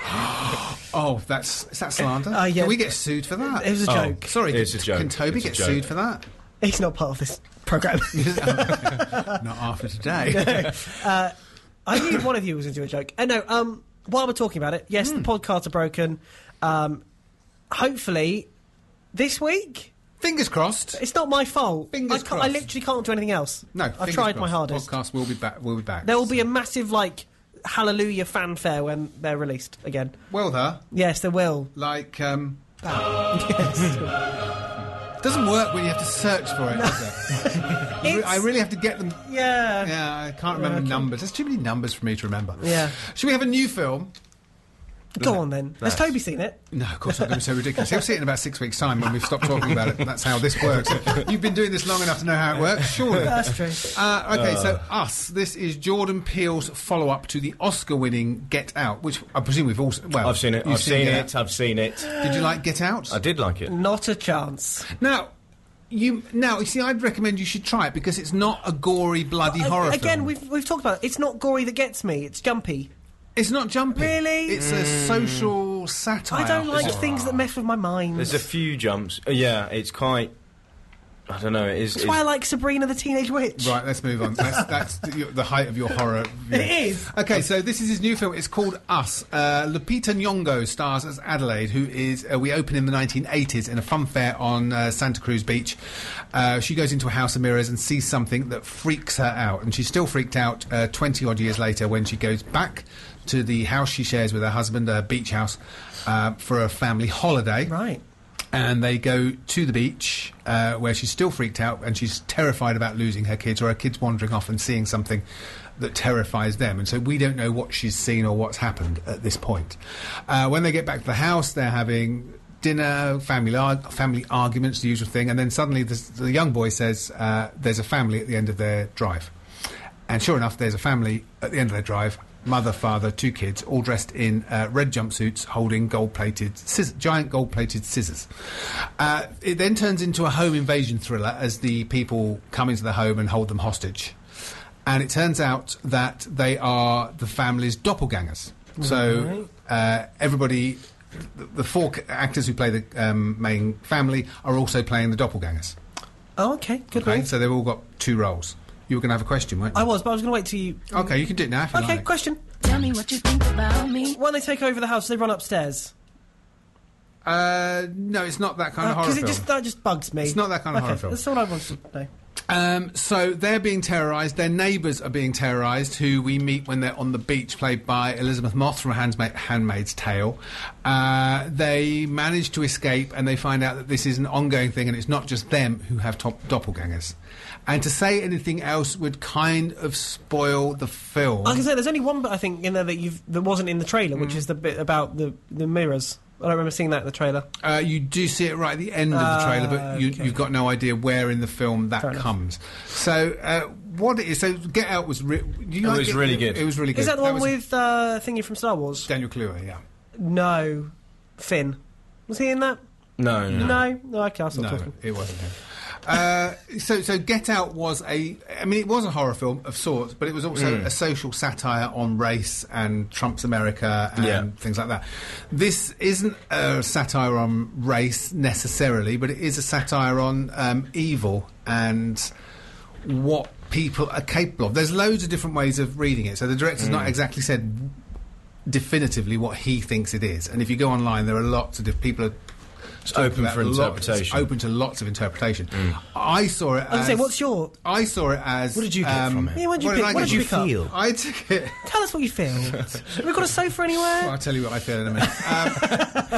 [SPEAKER 3] Oh, that's is that slander?
[SPEAKER 4] Uh, yeah.
[SPEAKER 3] Can we get sued for that?
[SPEAKER 4] It was a
[SPEAKER 5] Oh.
[SPEAKER 4] joke.
[SPEAKER 3] Sorry,
[SPEAKER 5] It's
[SPEAKER 3] can,
[SPEAKER 5] a joke.
[SPEAKER 3] can Toby
[SPEAKER 5] It's a
[SPEAKER 3] get
[SPEAKER 5] joke.
[SPEAKER 3] sued for that?
[SPEAKER 4] He's not part of this program.
[SPEAKER 3] Not after today.
[SPEAKER 4] I knew one of you was going to do a joke. Uh, no, um, while we're talking about it, yes,
[SPEAKER 3] Hmm.
[SPEAKER 4] the podcasts are broken. Um, hopefully, this week.
[SPEAKER 3] Fingers crossed.
[SPEAKER 4] It's not my fault.
[SPEAKER 3] Fingers
[SPEAKER 4] I, can't, I
[SPEAKER 3] crossed.
[SPEAKER 4] literally can't do anything else.
[SPEAKER 3] No,
[SPEAKER 4] I've
[SPEAKER 3] fingers
[SPEAKER 4] tried my
[SPEAKER 3] crossed.
[SPEAKER 4] hardest.
[SPEAKER 3] Podcast will be back. Will be back.
[SPEAKER 4] There will be a massive like hallelujah fanfare when they're released again.
[SPEAKER 3] well, there
[SPEAKER 4] Yes, there will.
[SPEAKER 3] like um,
[SPEAKER 4] Ah, yes,
[SPEAKER 3] doesn't work when you have to search for it. Does it? You re-
[SPEAKER 4] It's-
[SPEAKER 3] I really have to get them.
[SPEAKER 4] yeah.
[SPEAKER 3] Yeah, I can't remember
[SPEAKER 4] okay.
[SPEAKER 3] numbers. There's too many numbers for me to remember.
[SPEAKER 4] Yeah.
[SPEAKER 3] Should we have a new film?
[SPEAKER 4] Go on then. Has Toby seen it?
[SPEAKER 3] No, of course not. That was so ridiculous. He'll see it in about six weeks' time when we've stopped talking about it. That's how this works. You've been doing this long enough to know how it works, surely.
[SPEAKER 4] That's true.
[SPEAKER 3] Uh, okay, so us. This is Jordan Peele's follow-up to the Oscar-winning Get Out, which I presume we've all. s- Well,
[SPEAKER 5] I've seen it.
[SPEAKER 3] you've
[SPEAKER 5] I've seen
[SPEAKER 3] Get
[SPEAKER 5] it. I've seen it.
[SPEAKER 3] Out. Did you like Get Out?
[SPEAKER 5] I did like it.
[SPEAKER 4] Not a chance.
[SPEAKER 3] Now, You now you see, I'd recommend you should try it because it's not a gory, bloody
[SPEAKER 4] Uh,
[SPEAKER 3] horror.
[SPEAKER 4] Again,
[SPEAKER 3] film.
[SPEAKER 4] we've we've talked about it. It's not gory that gets me. It's jumpy.
[SPEAKER 3] it's not jumpy.
[SPEAKER 4] Really?
[SPEAKER 3] it's a
[SPEAKER 5] Mm.
[SPEAKER 3] social satire.
[SPEAKER 4] I don't like
[SPEAKER 3] It's-
[SPEAKER 4] things that mess with my mind.
[SPEAKER 5] There's a few jumps. Uh, yeah, it's quite. I don't know. It is.
[SPEAKER 4] That's
[SPEAKER 5] it's-
[SPEAKER 4] why I like Sabrina the Teenage Witch.
[SPEAKER 3] Right, let's move on. That's, that's the, your- the height of your horror. view.
[SPEAKER 4] It is.
[SPEAKER 3] Okay, so this is his new film. It's called Us. Uh, Lupita Nyong'o stars as Adelaide, who is uh, we open in the 1980s in a fun fair on uh, Santa Cruz Beach. Uh, she goes into a house of mirrors and sees something that freaks her out, and she's still freaked out 20 odd years later when she goes back to the house she shares with her husband, a beach house, uh, for a family holiday
[SPEAKER 4] Right.
[SPEAKER 3] and they go to the beach uh, where she's still freaked out and she's terrified about losing her kids or her kids wandering off and seeing something that terrifies them. And so we don't know what she's seen or what's happened at this point. Uh, when they get back to the house, they're having dinner, family ar- family arguments, the usual thing. And then suddenly the, the young boy says, uh, "There's a family at the end of their drive." And sure enough, there's a family at the end of their drive mother, father, two kids, all dressed in uh, red jumpsuits holding gold plated, sciss- giant gold plated scissors. Uh, it then turns into a home invasion thriller as the people come into the home and hold them hostage. And it turns out that they are the family's doppelgangers. So uh, everybody, the, the four c- actors who play the um, main family, are also playing the doppelgangers.
[SPEAKER 4] Oh, okay. Good
[SPEAKER 3] Okay,
[SPEAKER 4] move.
[SPEAKER 3] so they've all got two roles. You were going to have a question, weren't you?
[SPEAKER 4] I was, but I was going to wait till you.
[SPEAKER 3] Okay, you can do it now. If you
[SPEAKER 4] Okay,
[SPEAKER 3] like.
[SPEAKER 4] question.
[SPEAKER 6] Tell me what you think about me.
[SPEAKER 4] When they take over the house, they run upstairs.
[SPEAKER 3] Uh, no, it's not that kind of horror
[SPEAKER 4] Because Uh, it
[SPEAKER 3] film.
[SPEAKER 4] just that just bugs me.
[SPEAKER 3] It's not that kind of
[SPEAKER 4] okay,
[SPEAKER 3] horror film.
[SPEAKER 4] That's all I wanted to know.
[SPEAKER 3] Um, so they're being terrorised. Their neighbours are being terrorised, who we meet when they're on the beach, played by Elizabeth Moss from Handma- Handmaid's Tale. Uh, they manage to escape, and they find out that this is an ongoing thing, and it's not just them who have top- doppelgangers. And to say anything else would kind of spoil the film.
[SPEAKER 4] I can say there's only one bit I think in there that you've that wasn't in the trailer,
[SPEAKER 3] Mm.
[SPEAKER 4] which is the bit about the the mirrors. I don't remember seeing that in the trailer.
[SPEAKER 3] Uh, you do see it right at the end of the
[SPEAKER 4] Ah,
[SPEAKER 3] trailer, but you,
[SPEAKER 4] okay.
[SPEAKER 3] you've got no idea where in the film that
[SPEAKER 4] Fair enough.
[SPEAKER 3] comes. So, uh, what it is? So, Get Out was. Re- you
[SPEAKER 5] was
[SPEAKER 3] Get-
[SPEAKER 5] really
[SPEAKER 3] it-
[SPEAKER 5] good.
[SPEAKER 3] It was really good.
[SPEAKER 4] Is that the one
[SPEAKER 3] was
[SPEAKER 4] with uh, thingy from Star Wars?
[SPEAKER 3] Daniel Kluwer? Yeah.
[SPEAKER 4] No, Finn. Was he in that?
[SPEAKER 5] no, no, no.
[SPEAKER 4] No, no. Okay, I'll stop
[SPEAKER 3] No,
[SPEAKER 4] talking.
[SPEAKER 3] it wasn't him. Uh, so, so Get Out was a. I mean, it was a horror film of sorts, but it was also a social satire on race and Trump's America and
[SPEAKER 5] Yeah.
[SPEAKER 3] things like that. This isn't a satire on race necessarily, but it is a satire on um, evil and what people are capable of. There's loads of different ways of reading it. So the director's not exactly said definitively what he thinks it is. And if you go online, there are lots of diff- people are
[SPEAKER 5] It's open
[SPEAKER 3] about
[SPEAKER 5] for
[SPEAKER 3] lots-
[SPEAKER 5] interpretation. Mm.
[SPEAKER 3] it's open to lots of interpretation. I saw it.
[SPEAKER 4] I was
[SPEAKER 3] as,
[SPEAKER 4] gonna say, what's your?
[SPEAKER 3] I saw it as. um,
[SPEAKER 5] What did you get from it?
[SPEAKER 4] Yeah, what did you
[SPEAKER 3] what
[SPEAKER 4] pick?
[SPEAKER 3] I
[SPEAKER 4] what
[SPEAKER 3] get?
[SPEAKER 4] did you,
[SPEAKER 3] You
[SPEAKER 4] pick up?
[SPEAKER 1] feel?
[SPEAKER 3] I took it.
[SPEAKER 4] Tell us what you feel. Have we got a sofa
[SPEAKER 3] Well,
[SPEAKER 4] anywhere?
[SPEAKER 3] I'll tell you what I feel in a minute. Um,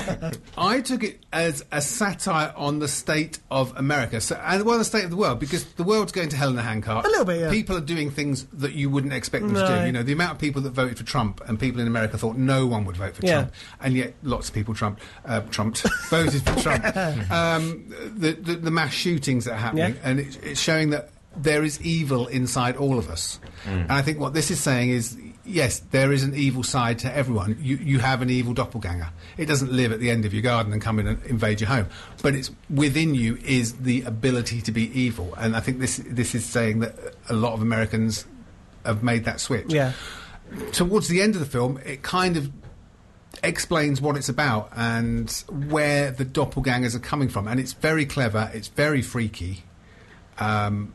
[SPEAKER 3] I took it as a satire on the state of America, so, and well, the state of the world, because the world's going to hell in a handcart.
[SPEAKER 4] A little bit, yeah.
[SPEAKER 3] People are doing things that you wouldn't expect them to
[SPEAKER 4] No.
[SPEAKER 3] do. You know, the amount of people that voted for Trump, and people in America thought no one would vote for
[SPEAKER 4] Yeah.
[SPEAKER 3] Trump, and yet lots of people Trump, uh, Trumped, voted for Trump. Um, the, the, the mass shootings that are happening,
[SPEAKER 4] Yeah.
[SPEAKER 3] and it, it's showing that there is evil inside all of us. And I think what this is saying is, yes, there is an evil side to everyone. You, you have an evil doppelganger. It doesn't live at the end of your garden and come in and invade your home, but it's within you is the ability to be evil. And I think this this is saying that a lot of Americans have made that switch
[SPEAKER 4] Yeah.
[SPEAKER 3] towards the end of the film, it kind of explains what it's about and where the doppelgangers are coming from. And it's very clever. It's very freaky. Um,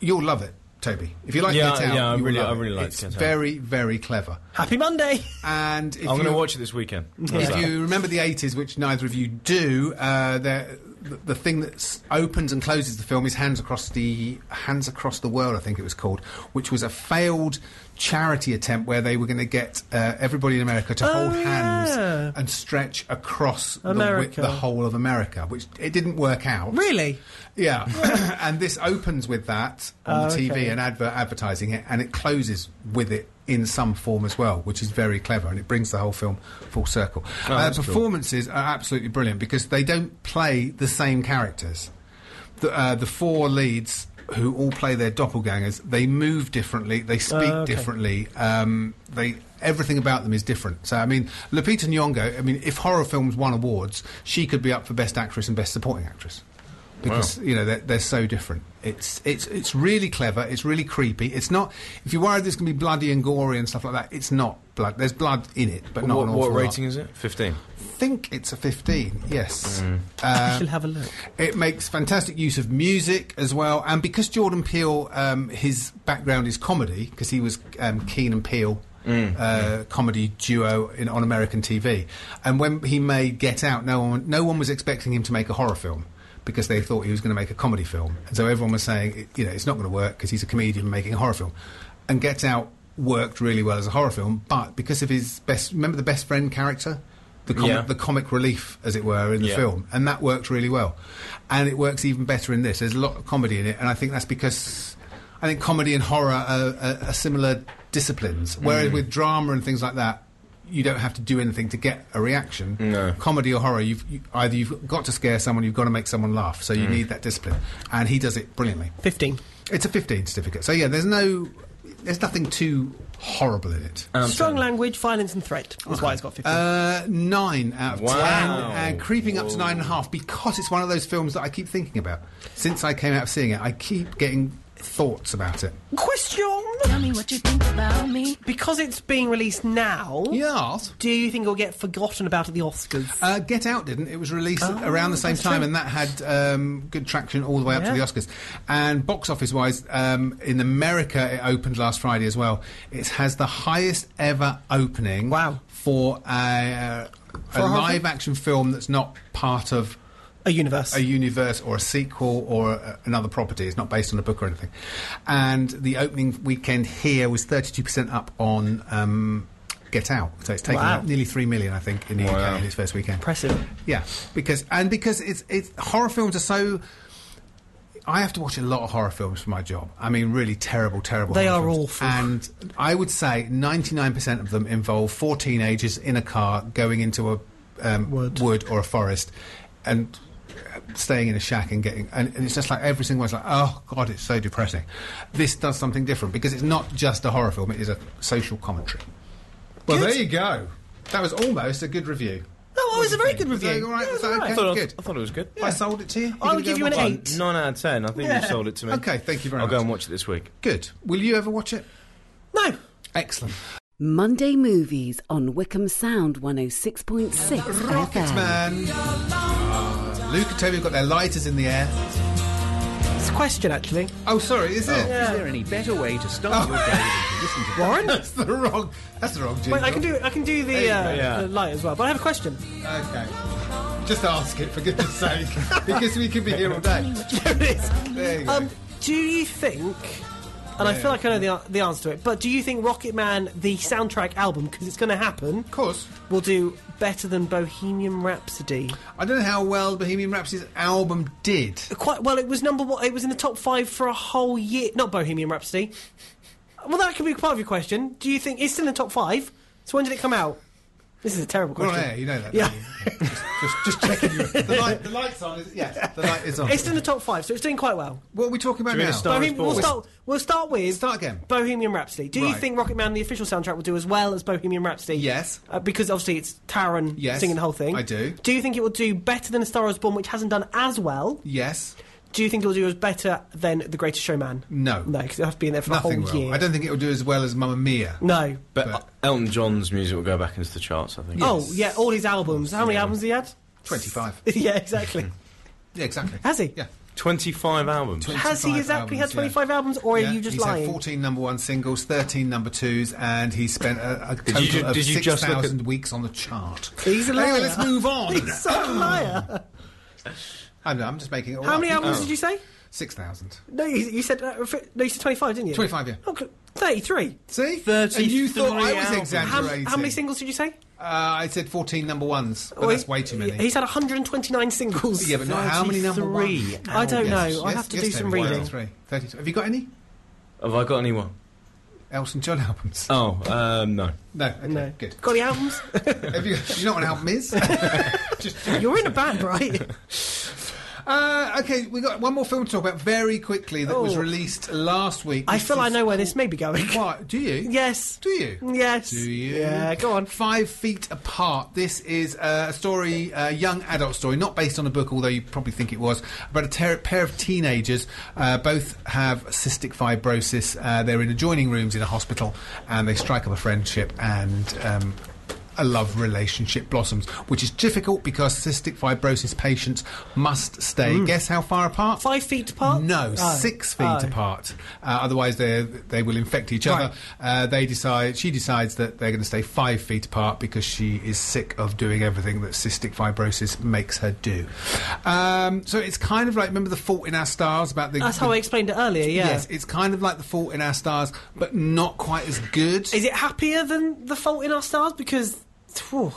[SPEAKER 3] you'll love it, Toby. If you like
[SPEAKER 5] Yeah,
[SPEAKER 3] Get Out,
[SPEAKER 5] yeah, I
[SPEAKER 3] you'll
[SPEAKER 5] really-
[SPEAKER 3] love
[SPEAKER 5] I
[SPEAKER 3] it.
[SPEAKER 5] really liked
[SPEAKER 3] It's
[SPEAKER 5] Get Out.
[SPEAKER 3] very, very clever.
[SPEAKER 4] Happy Monday.
[SPEAKER 3] And if
[SPEAKER 5] I'm going
[SPEAKER 3] you,
[SPEAKER 5] to watch it this weekend. How's
[SPEAKER 3] If
[SPEAKER 5] that?
[SPEAKER 3] you remember the 80s, which neither of you do, uh, there- the, the thing that s- opens and closes the film is Hands Across the Hands Across the World, I think it was called, which was a failed charity attempt where they were going to get uh, everybody in America to hold
[SPEAKER 4] Oh, yeah.
[SPEAKER 3] hands and stretch across the, wi-
[SPEAKER 4] America.
[SPEAKER 3] the whole of America, which it didn't work out.
[SPEAKER 4] Really?
[SPEAKER 3] Yeah, and this opens with that on the
[SPEAKER 4] Oh,
[SPEAKER 3] TV
[SPEAKER 4] okay.
[SPEAKER 3] and advert advertising it, and it closes with it in some form as well, which is very clever, and it brings the whole film full circle. uh,
[SPEAKER 5] Oh, that's cool.
[SPEAKER 3] performances are absolutely brilliant because they don't play the same characters. The, uh, the four leads who all play their doppelgangers, they move differently, they speak
[SPEAKER 4] Oh, okay.
[SPEAKER 3] differently, um, they. Everything about them is different. So, I mean, Lupita Nyong'o. I mean, if horror films won awards, she could be up for best actress and best supporting actress. because you know they're, they're so different. It's it's it's really clever. It's really creepy. It's not. If you're worried this can be bloody and gory and stuff like that, it's not blood. There's blood in it, but not
[SPEAKER 5] what
[SPEAKER 3] an
[SPEAKER 5] what
[SPEAKER 3] awful lot.
[SPEAKER 5] rating is it? 15.
[SPEAKER 3] I think it's a 15. Yes.
[SPEAKER 5] Mm.
[SPEAKER 3] Um,
[SPEAKER 4] I shall have a look.
[SPEAKER 3] It makes fantastic use of music as well, and because Jordan Peele, um, his background is comedy, because he was um, Keen and Peele. uh, Comedy duo in, on American TV, and when he made Get Out, no one no one was expecting him to make a horror film because they thought he was going to make a comedy film, and so everyone was saying, you know, it's not going to work because he's a comedian making a horror film, and Get Out worked really well as a horror film, but because of his best, remember the best friend character, the comic,
[SPEAKER 5] Yeah.
[SPEAKER 3] the comic relief, as it were, in the
[SPEAKER 5] Yeah.
[SPEAKER 3] film, and that works really well. And it works even better in this. There's a lot of comedy in it, and I think that's because I think comedy and horror are, are, are similar disciplines.
[SPEAKER 5] Mm.
[SPEAKER 3] Whereas with drama and things like that, you don't have to do anything to get a reaction.
[SPEAKER 5] No.
[SPEAKER 3] Comedy or horror, you've, you, either you've got to scare someone, you've got to make someone laugh, so
[SPEAKER 5] Mm.
[SPEAKER 3] you need that discipline, and he does it brilliantly.
[SPEAKER 4] 15.
[SPEAKER 3] It's a 15 certificate, so yeah, there's no, there's nothing too horrible in it.
[SPEAKER 4] Strong language, violence, and threat. That's why it's got 15.
[SPEAKER 3] Uh, nine out of
[SPEAKER 5] Wow.
[SPEAKER 3] ten, and creeping up to nine and a half because it's one of those films that I keep thinking about. Since I came out of seeing it, I keep getting thoughts about it.
[SPEAKER 4] Question!
[SPEAKER 6] Tell me what you think about me.
[SPEAKER 4] Because it's being released now,
[SPEAKER 3] Yes.
[SPEAKER 4] do you think it'll get forgotten about at the Oscars?
[SPEAKER 3] Uh, Get Out didn't. It was released
[SPEAKER 4] Oh,
[SPEAKER 3] around the same
[SPEAKER 4] that's
[SPEAKER 3] time,
[SPEAKER 4] true.
[SPEAKER 3] and that had um, good traction all the way up to
[SPEAKER 4] Yeah.
[SPEAKER 3] the Oscars. And box office wise, um, in America, it opened last Friday as well. It has the highest ever opening.
[SPEAKER 4] Wow.
[SPEAKER 3] For a,
[SPEAKER 4] For
[SPEAKER 3] a
[SPEAKER 4] a horror
[SPEAKER 3] live action film that's not part of
[SPEAKER 4] a universe.
[SPEAKER 3] a universe or a sequel or a, another property. It's not based on a book or anything. And the opening weekend here was 32% up on um, Get Out. So it's taken
[SPEAKER 4] Wow.
[SPEAKER 3] up nearly 3 million, I think, in the UK in its first weekend.
[SPEAKER 4] Impressive.
[SPEAKER 3] Yeah, because and because it's it's horror films are so. I have to watch a lot of horror films for my job. I mean, really terrible, terrible.
[SPEAKER 4] They
[SPEAKER 3] horror
[SPEAKER 4] are
[SPEAKER 3] films.
[SPEAKER 4] awful.
[SPEAKER 3] and I would say ninety nine percent of them involve four teenagers in a car going into a um, wood. or a forest, and uh, staying in a shack and getting and, and it's just like every single one's like oh god it's so depressing this does something different because it's not just a horror film it is a social commentary well there you go that was almost a good review
[SPEAKER 4] No, it was a very good
[SPEAKER 3] Was that
[SPEAKER 4] review.
[SPEAKER 3] all right?
[SPEAKER 4] Yeah, it
[SPEAKER 3] Was
[SPEAKER 4] was all
[SPEAKER 3] that
[SPEAKER 4] right.
[SPEAKER 3] okay?
[SPEAKER 5] I thought,
[SPEAKER 3] Good.
[SPEAKER 5] I, thought it was good.
[SPEAKER 3] I sold it to you.
[SPEAKER 4] I
[SPEAKER 3] gonna
[SPEAKER 4] would give you
[SPEAKER 3] go
[SPEAKER 4] an
[SPEAKER 3] and watch
[SPEAKER 4] eight.
[SPEAKER 5] 9 out of 10. I think
[SPEAKER 4] Yeah.
[SPEAKER 5] you sold it to
[SPEAKER 3] it?
[SPEAKER 5] me.
[SPEAKER 3] Okay, thank you very
[SPEAKER 5] I'll
[SPEAKER 3] much.
[SPEAKER 5] go and watch it this week.
[SPEAKER 3] Good. Will you ever watch it?
[SPEAKER 4] No.
[SPEAKER 3] Excellent.
[SPEAKER 2] Monday Movies on Wickham Sound 106.6 FM.
[SPEAKER 3] Rocketman. Ah, Luke and Toby have got their lighters in the air.
[SPEAKER 4] It's a question, actually.
[SPEAKER 3] Oh, sorry, is it?
[SPEAKER 7] Is there any better way to start your day than to listen to
[SPEAKER 4] Warren?
[SPEAKER 3] That's the wrong. That's the wrong jingle.
[SPEAKER 4] Wait, I can do I can do the, uh,
[SPEAKER 5] yeah.
[SPEAKER 4] the light as well, but I have a question.
[SPEAKER 3] Okay. Just ask it for goodness' sake, because we could be here all day. There you go.
[SPEAKER 4] Um, do you think? And I feel like I know the, a- the answer to it, but do you think Rocket Man, the soundtrack album, because it's going to happen,
[SPEAKER 3] of course.
[SPEAKER 4] will do better than Bohemian Rhapsody?
[SPEAKER 3] I don't know how well Bohemian Rhapsody's album did.
[SPEAKER 4] Quite well. It was number one. It was in the top five for a whole year. Not Bohemian Rhapsody. Well, that could be part of your question. Do you think it's still in the top five? So when did it come out? This is a terrible
[SPEAKER 3] We're on
[SPEAKER 4] question.
[SPEAKER 3] air, Oh, you know that.
[SPEAKER 4] Yeah.
[SPEAKER 3] don't you? Just, just, just checking. Your, the, light, the light's on. Is, yes, the light is on.
[SPEAKER 4] It's in the top five, so it's doing quite well.
[SPEAKER 3] What are we talking about
[SPEAKER 5] Do you
[SPEAKER 3] now?
[SPEAKER 5] mean a Star
[SPEAKER 4] Bohem-
[SPEAKER 5] is Born?
[SPEAKER 4] we'll start. We'll start with
[SPEAKER 3] Start again.
[SPEAKER 4] Bohemian Rhapsody. Do you
[SPEAKER 3] Right.
[SPEAKER 4] think Rocket Man, the official soundtrack, will do as well as Bohemian Rhapsody?
[SPEAKER 3] Yes.
[SPEAKER 4] uh, because obviously it's Taron
[SPEAKER 3] Yes,
[SPEAKER 4] singing the whole thing.
[SPEAKER 3] I do.
[SPEAKER 4] Do you think it will do better than A Star Is Born, which hasn't done as well?
[SPEAKER 3] Yes.
[SPEAKER 4] Do you think it will do as better than The Greatest Showman?
[SPEAKER 3] No.
[SPEAKER 4] no, because it has to be in there for
[SPEAKER 3] Nothing
[SPEAKER 4] a
[SPEAKER 3] will.
[SPEAKER 4] whole year.
[SPEAKER 3] I don't think it'll do as well as Mamma Mia.
[SPEAKER 4] No.
[SPEAKER 5] But,
[SPEAKER 3] But-
[SPEAKER 5] Elton John's music will go back into the charts, I think.
[SPEAKER 4] Oh yeah, all his albums. How many albums has he had?
[SPEAKER 3] 25.
[SPEAKER 4] yeah, exactly.
[SPEAKER 3] Yeah, exactly.
[SPEAKER 4] Has he?
[SPEAKER 3] Yeah.
[SPEAKER 5] 25 albums.
[SPEAKER 4] Has he
[SPEAKER 3] 25
[SPEAKER 4] exactly had
[SPEAKER 3] albums, yeah.
[SPEAKER 4] 25 albums, or
[SPEAKER 3] Yeah,
[SPEAKER 4] are you just
[SPEAKER 3] he's
[SPEAKER 4] lying?
[SPEAKER 3] had 14 number one singles, 13 number twos, and he spent a, a total
[SPEAKER 5] you ju-
[SPEAKER 3] of
[SPEAKER 5] did you just look at-
[SPEAKER 3] 6,000 weeks on the chart.
[SPEAKER 4] He's a liar.
[SPEAKER 3] Anyway, let's move on.
[SPEAKER 4] He's such a liar.
[SPEAKER 3] I know, I'm just making it all
[SPEAKER 4] How
[SPEAKER 3] up.
[SPEAKER 4] many albums
[SPEAKER 3] Oh.
[SPEAKER 4] did you say?
[SPEAKER 3] 6,000.
[SPEAKER 4] No, you, you said uh, fi- no. You said 25, didn't you?
[SPEAKER 3] 25, yeah.
[SPEAKER 4] Oh, cl- 33.
[SPEAKER 3] See? And you thought I was
[SPEAKER 5] 33
[SPEAKER 4] How,
[SPEAKER 3] exaggerating.
[SPEAKER 4] how many singles did you say?
[SPEAKER 3] Uh, I said 14 number ones, but
[SPEAKER 4] Well,
[SPEAKER 3] that's
[SPEAKER 4] Oh, he-
[SPEAKER 3] way too many.
[SPEAKER 4] He's had 129 singles.
[SPEAKER 3] yeah, but not how many number ones?
[SPEAKER 5] 33
[SPEAKER 4] I don't know.
[SPEAKER 3] Yes,
[SPEAKER 4] I
[SPEAKER 3] yes,
[SPEAKER 4] have to
[SPEAKER 3] yes,
[SPEAKER 4] do some
[SPEAKER 3] David,
[SPEAKER 4] reading.
[SPEAKER 3] 33, 32. Have you got any
[SPEAKER 5] Have I got anyone?
[SPEAKER 3] Elton John albums?
[SPEAKER 5] Oh, um, no.
[SPEAKER 3] No. Okay,
[SPEAKER 4] No.
[SPEAKER 3] Good.
[SPEAKER 4] Got any albums?
[SPEAKER 3] Have you, do you know what an album is? Just
[SPEAKER 4] You're in a band, right?
[SPEAKER 3] Uh, okay, we got one more film to talk about very quickly that was
[SPEAKER 4] Oh.
[SPEAKER 3] released last week.
[SPEAKER 4] I
[SPEAKER 3] This
[SPEAKER 4] feel I
[SPEAKER 3] is
[SPEAKER 4] know where this may be going.
[SPEAKER 3] What? Do you?
[SPEAKER 4] Yes.
[SPEAKER 3] Do you?
[SPEAKER 4] Yes.
[SPEAKER 3] Do you?
[SPEAKER 4] Yeah, go on.
[SPEAKER 3] Five Feet Apart. This is uh, a story, a young adult story, not based on a book, although you probably think it was, but a ter- pair of teenagers. Uh, both have cystic fibrosis. Uh, they're in adjoining rooms in a hospital, and they strike up a friendship and. Um, a love relationship blossoms, which is difficult because cystic fibrosis patients must stay. Guess how far apart?
[SPEAKER 4] Five feet apart?
[SPEAKER 3] No,
[SPEAKER 4] Oh.
[SPEAKER 3] six feet
[SPEAKER 4] Oh.
[SPEAKER 3] apart. Uh, otherwise, they they will infect each
[SPEAKER 4] Right.
[SPEAKER 3] other. Uh, they decide. She decides that they're going to stay five feet apart because she is sick of doing everything that cystic fibrosis makes her do. Um, so it's kind of like remember the Fault in Our Stars about the.
[SPEAKER 4] That's how I explained it earlier, yeah.
[SPEAKER 3] Yes, it's kind of like the Fault in Our Stars, but not quite as good.
[SPEAKER 4] Is it happier than The Fault in Our Stars? Because. Whew.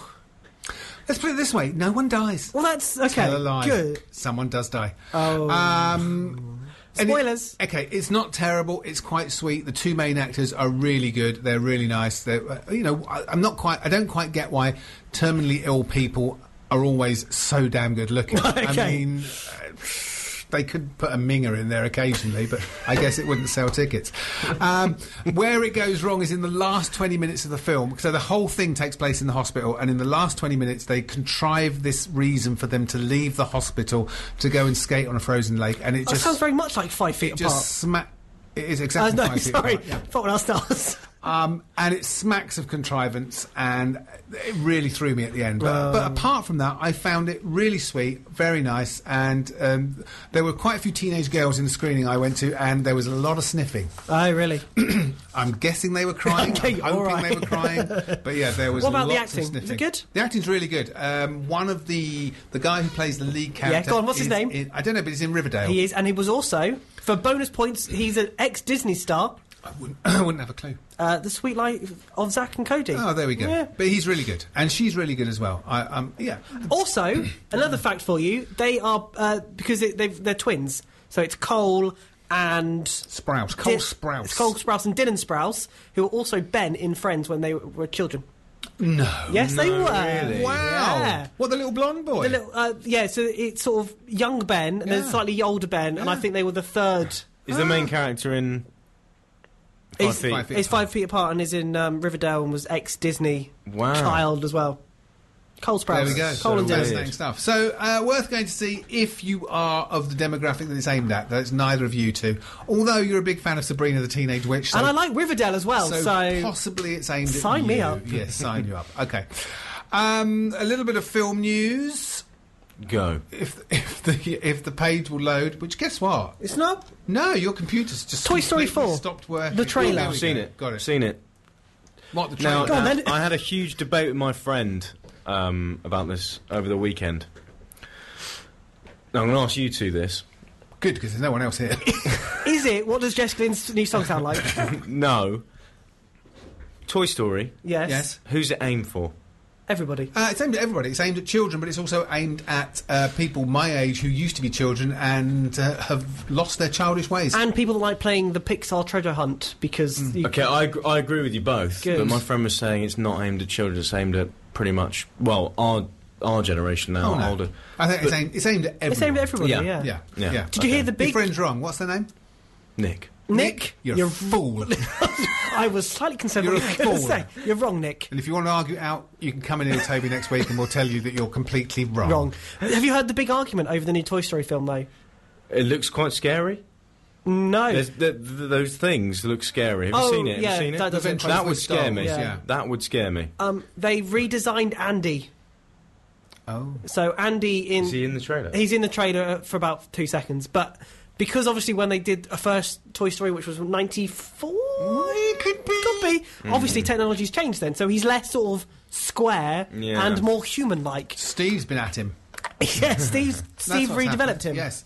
[SPEAKER 3] Let's put it this way: no one dies.
[SPEAKER 4] Well, that's. Okay.
[SPEAKER 3] Tell a lie.
[SPEAKER 4] Good.
[SPEAKER 3] Someone does die.
[SPEAKER 4] Oh.
[SPEAKER 3] Um, and it-
[SPEAKER 4] Spoilers.
[SPEAKER 3] okay, it's not terrible. It's quite sweet. The two main actors are really good. They're really nice. They're, uh, you know, I, I'm not quite. I don't quite get why terminally ill people are always so damn good looking. I
[SPEAKER 4] Okay.
[SPEAKER 3] mean. uh, They could put a minger in there occasionally, but I guess it wouldn't sell tickets. Um, where it goes wrong is in the last 20 minutes of the film. So the whole thing takes place in the hospital, and in the last 20 minutes, they contrive this reason for them to leave the hospital to go and skate on a frozen lake. And it
[SPEAKER 4] That
[SPEAKER 3] just
[SPEAKER 4] sounds very much like Five Feet
[SPEAKER 3] it
[SPEAKER 4] Apart.
[SPEAKER 3] just smack. It is
[SPEAKER 4] Uh,
[SPEAKER 3] exactly.
[SPEAKER 4] no,
[SPEAKER 3] five feet
[SPEAKER 4] sorry.
[SPEAKER 3] apart, yeah.
[SPEAKER 4] Fault in Our Stars.
[SPEAKER 3] Um, and it smacks of contrivance, and it really threw me at the end. But, but apart from that, I found it really sweet, very nice, and um, there were quite a few teenage girls in the screening I went to, and there was a lot of sniffing.
[SPEAKER 4] Oh, really?
[SPEAKER 3] I'm guessing they were crying.
[SPEAKER 4] Okay,
[SPEAKER 3] I'm hoping
[SPEAKER 4] all right.
[SPEAKER 3] they were crying. But yeah, there was
[SPEAKER 4] What about the
[SPEAKER 3] lots of
[SPEAKER 4] acting? Is it
[SPEAKER 3] sniffing.
[SPEAKER 4] good?
[SPEAKER 3] The acting's really good. Um, one of the the guy who plays the lead character.
[SPEAKER 4] go on, what's his
[SPEAKER 3] is
[SPEAKER 4] name?
[SPEAKER 3] in- I don't know, but he's in Riverdale.
[SPEAKER 4] He is, and he was also, for bonus points, he's an ex Disney star,
[SPEAKER 3] I wouldn't, I wouldn't have a clue.
[SPEAKER 4] uh, The Sweet Life of Zack and Cody.
[SPEAKER 3] Oh, there we go.
[SPEAKER 4] Yeah.
[SPEAKER 3] But he's really good, and she's really good as well. I, um, yeah.
[SPEAKER 4] Also, another fact for you, they are, uh, because it, they've, they're twins, so it's Cole and.
[SPEAKER 3] Sprouse. Cole
[SPEAKER 4] Di-
[SPEAKER 3] Sprouse.
[SPEAKER 4] It's Cole Sprouse and Dylan Sprouse, who were also Ben in Friends when they were, were children.
[SPEAKER 3] No.
[SPEAKER 4] Yes, they
[SPEAKER 5] No,
[SPEAKER 4] were.
[SPEAKER 5] really?
[SPEAKER 3] Wow.
[SPEAKER 4] Yeah.
[SPEAKER 3] What, the little blonde boy?
[SPEAKER 4] The little, uh, yeah, so it's sort of young Ben and then
[SPEAKER 3] Yeah.
[SPEAKER 4] slightly older Ben, and I
[SPEAKER 3] Yeah.
[SPEAKER 4] think they were the third.
[SPEAKER 5] Is the
[SPEAKER 3] Ah.
[SPEAKER 5] main character in Five
[SPEAKER 4] Is-
[SPEAKER 5] Feet?
[SPEAKER 3] Five Feet
[SPEAKER 4] He's five feet apart and is in um, Riverdale and was ex Disney
[SPEAKER 5] Wow.
[SPEAKER 4] child as well. Cole Sprouse.
[SPEAKER 3] there we go.
[SPEAKER 4] Cole and
[SPEAKER 5] So
[SPEAKER 4] Dylan.
[SPEAKER 5] weird.
[SPEAKER 3] Fascinating stuff. So, uh, worth going to see if you are of the demographic that it's aimed at. That's neither of you two. Although you're a big fan of Sabrina the Teenage Witch. So
[SPEAKER 4] and I like Riverdale as well, so.
[SPEAKER 3] possibly it's aimed at
[SPEAKER 4] Sign me
[SPEAKER 3] you.
[SPEAKER 4] up.
[SPEAKER 3] Yes, sign you up. Okay. Um, a little bit of film news.
[SPEAKER 5] Go.
[SPEAKER 3] If if the if the page will load, which guess what?
[SPEAKER 4] it's not.
[SPEAKER 3] No, your computer's just
[SPEAKER 4] Toy Story
[SPEAKER 3] completely
[SPEAKER 4] 4.
[SPEAKER 3] stopped working.
[SPEAKER 4] The trailer.
[SPEAKER 3] there
[SPEAKER 5] I've
[SPEAKER 3] we
[SPEAKER 5] seen
[SPEAKER 3] go.
[SPEAKER 5] it.
[SPEAKER 3] Got it.
[SPEAKER 5] Seen it.
[SPEAKER 3] What the
[SPEAKER 5] Now,
[SPEAKER 3] trailer?
[SPEAKER 4] on
[SPEAKER 5] now,
[SPEAKER 4] then.
[SPEAKER 5] I had a huge debate with my friend um, about this over the weekend. Now, I'm going to ask you two this.
[SPEAKER 3] Good because there's no one else here.
[SPEAKER 4] Is it? What does Jessica Lynn's new song sound like?
[SPEAKER 5] No. Toy Story.
[SPEAKER 4] yes.
[SPEAKER 3] yes.
[SPEAKER 5] Who's it aimed for?
[SPEAKER 4] Everybody.
[SPEAKER 3] Uh, it's aimed at everybody. It's aimed at children, but it's also aimed at uh, people my age who used to be children and uh, have lost their childish ways.
[SPEAKER 4] And people that like playing the Pixar treasure hunt because you,
[SPEAKER 5] Okay, I, ag- I agree with you both,
[SPEAKER 4] Good.
[SPEAKER 5] but my friend was saying it's not aimed at children. It's aimed at pretty much well our our generation now,
[SPEAKER 3] Oh, no.
[SPEAKER 5] older.
[SPEAKER 3] I think it's aimed, it's aimed at everybody.
[SPEAKER 4] it's aimed at everybody. Yeah.
[SPEAKER 5] Yeah.
[SPEAKER 3] Yeah, yeah.
[SPEAKER 5] Yeah.
[SPEAKER 4] Did you hear the
[SPEAKER 3] Your
[SPEAKER 4] big
[SPEAKER 3] friend's wrong. What's their name?
[SPEAKER 5] Nick,
[SPEAKER 4] Nick?
[SPEAKER 3] You're, a fool.
[SPEAKER 4] I was slightly concerned.
[SPEAKER 3] You're
[SPEAKER 4] what
[SPEAKER 3] a
[SPEAKER 4] you were going to
[SPEAKER 3] fool.
[SPEAKER 4] say. You're wrong, Nick.
[SPEAKER 3] and if you want to argue out, you can come in here, Toby, next week, and we'll tell you that you're completely wrong.
[SPEAKER 4] Wrong. Have you heard the big argument over the new Toy Story film though?
[SPEAKER 5] it looks quite scary.
[SPEAKER 4] No.
[SPEAKER 5] There's, th th those things look scary. Have
[SPEAKER 4] Oh,
[SPEAKER 5] you seen it? Have you
[SPEAKER 4] yeah,
[SPEAKER 5] seen it?
[SPEAKER 4] that does
[SPEAKER 3] Revenge
[SPEAKER 4] look
[SPEAKER 3] of
[SPEAKER 4] quite-
[SPEAKER 5] That would scare me.
[SPEAKER 4] Yeah.
[SPEAKER 3] Yeah.
[SPEAKER 5] That would scare me.
[SPEAKER 4] um, they redesigned Andy.
[SPEAKER 3] Oh.
[SPEAKER 4] So Andy in
[SPEAKER 5] Is he in the trailer?
[SPEAKER 4] he's in the trailer for about two seconds, but because obviously when they did a first Toy Story, which was ninety four, could be, Obviously, technology's changed then, so he's less sort of square
[SPEAKER 5] Yeah.
[SPEAKER 4] and more human-like.
[SPEAKER 3] Steve's been at him.
[SPEAKER 4] yeah, Steve
[SPEAKER 3] That's
[SPEAKER 4] Steve
[SPEAKER 3] what's
[SPEAKER 4] redeveloped
[SPEAKER 3] happened.
[SPEAKER 4] him.
[SPEAKER 3] Yes.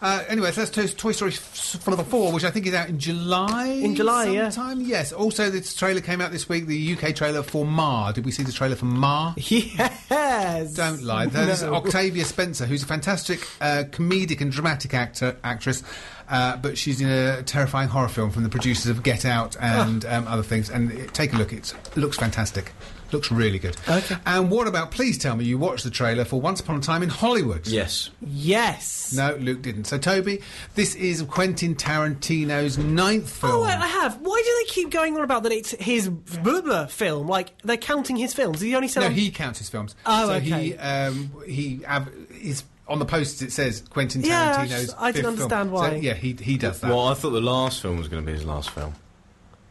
[SPEAKER 3] Uh, anyway, so that's Toy, Toy Story f- f- Number 4, which I think is out in July.
[SPEAKER 4] In July, yeah.
[SPEAKER 3] sometime? Yes. Also, this trailer came out this week, the UK trailer for Ma. Did we see the trailer for Ma?
[SPEAKER 4] Yes.
[SPEAKER 3] Don't lie. There's Octavia Spencer, who's a fantastic uh, comedic and dramatic actor actress, uh, but she's in a terrifying
[SPEAKER 4] Ah.
[SPEAKER 3] horror film from the producers of Get Out and um, other things. And it, take a look; it looks fantastic. Looks really good.
[SPEAKER 4] Okay.
[SPEAKER 3] And what about? Please tell me you watched the trailer for Once Upon a Time in Hollywood.
[SPEAKER 5] Yes.
[SPEAKER 4] Yes.
[SPEAKER 3] No, Luke didn't. So Toby, this is Quentin Tarantino's ninth film.
[SPEAKER 4] Oh, I I have. Why do they keep going on about that it's his blah, blah film? Like they're counting his films. He only
[SPEAKER 3] No,
[SPEAKER 4] selling.
[SPEAKER 3] he counts his films.
[SPEAKER 4] Oh,
[SPEAKER 3] so he
[SPEAKER 4] okay.
[SPEAKER 3] um, he av- he's on the posters. It says Quentin Tarantino's.
[SPEAKER 4] Yeah, I just- I
[SPEAKER 3] fifth
[SPEAKER 4] didn't
[SPEAKER 3] film.
[SPEAKER 4] understand
[SPEAKER 3] So,
[SPEAKER 4] why.
[SPEAKER 3] yeah, he he does that.
[SPEAKER 5] Well, I thought the last film was going to be his last film.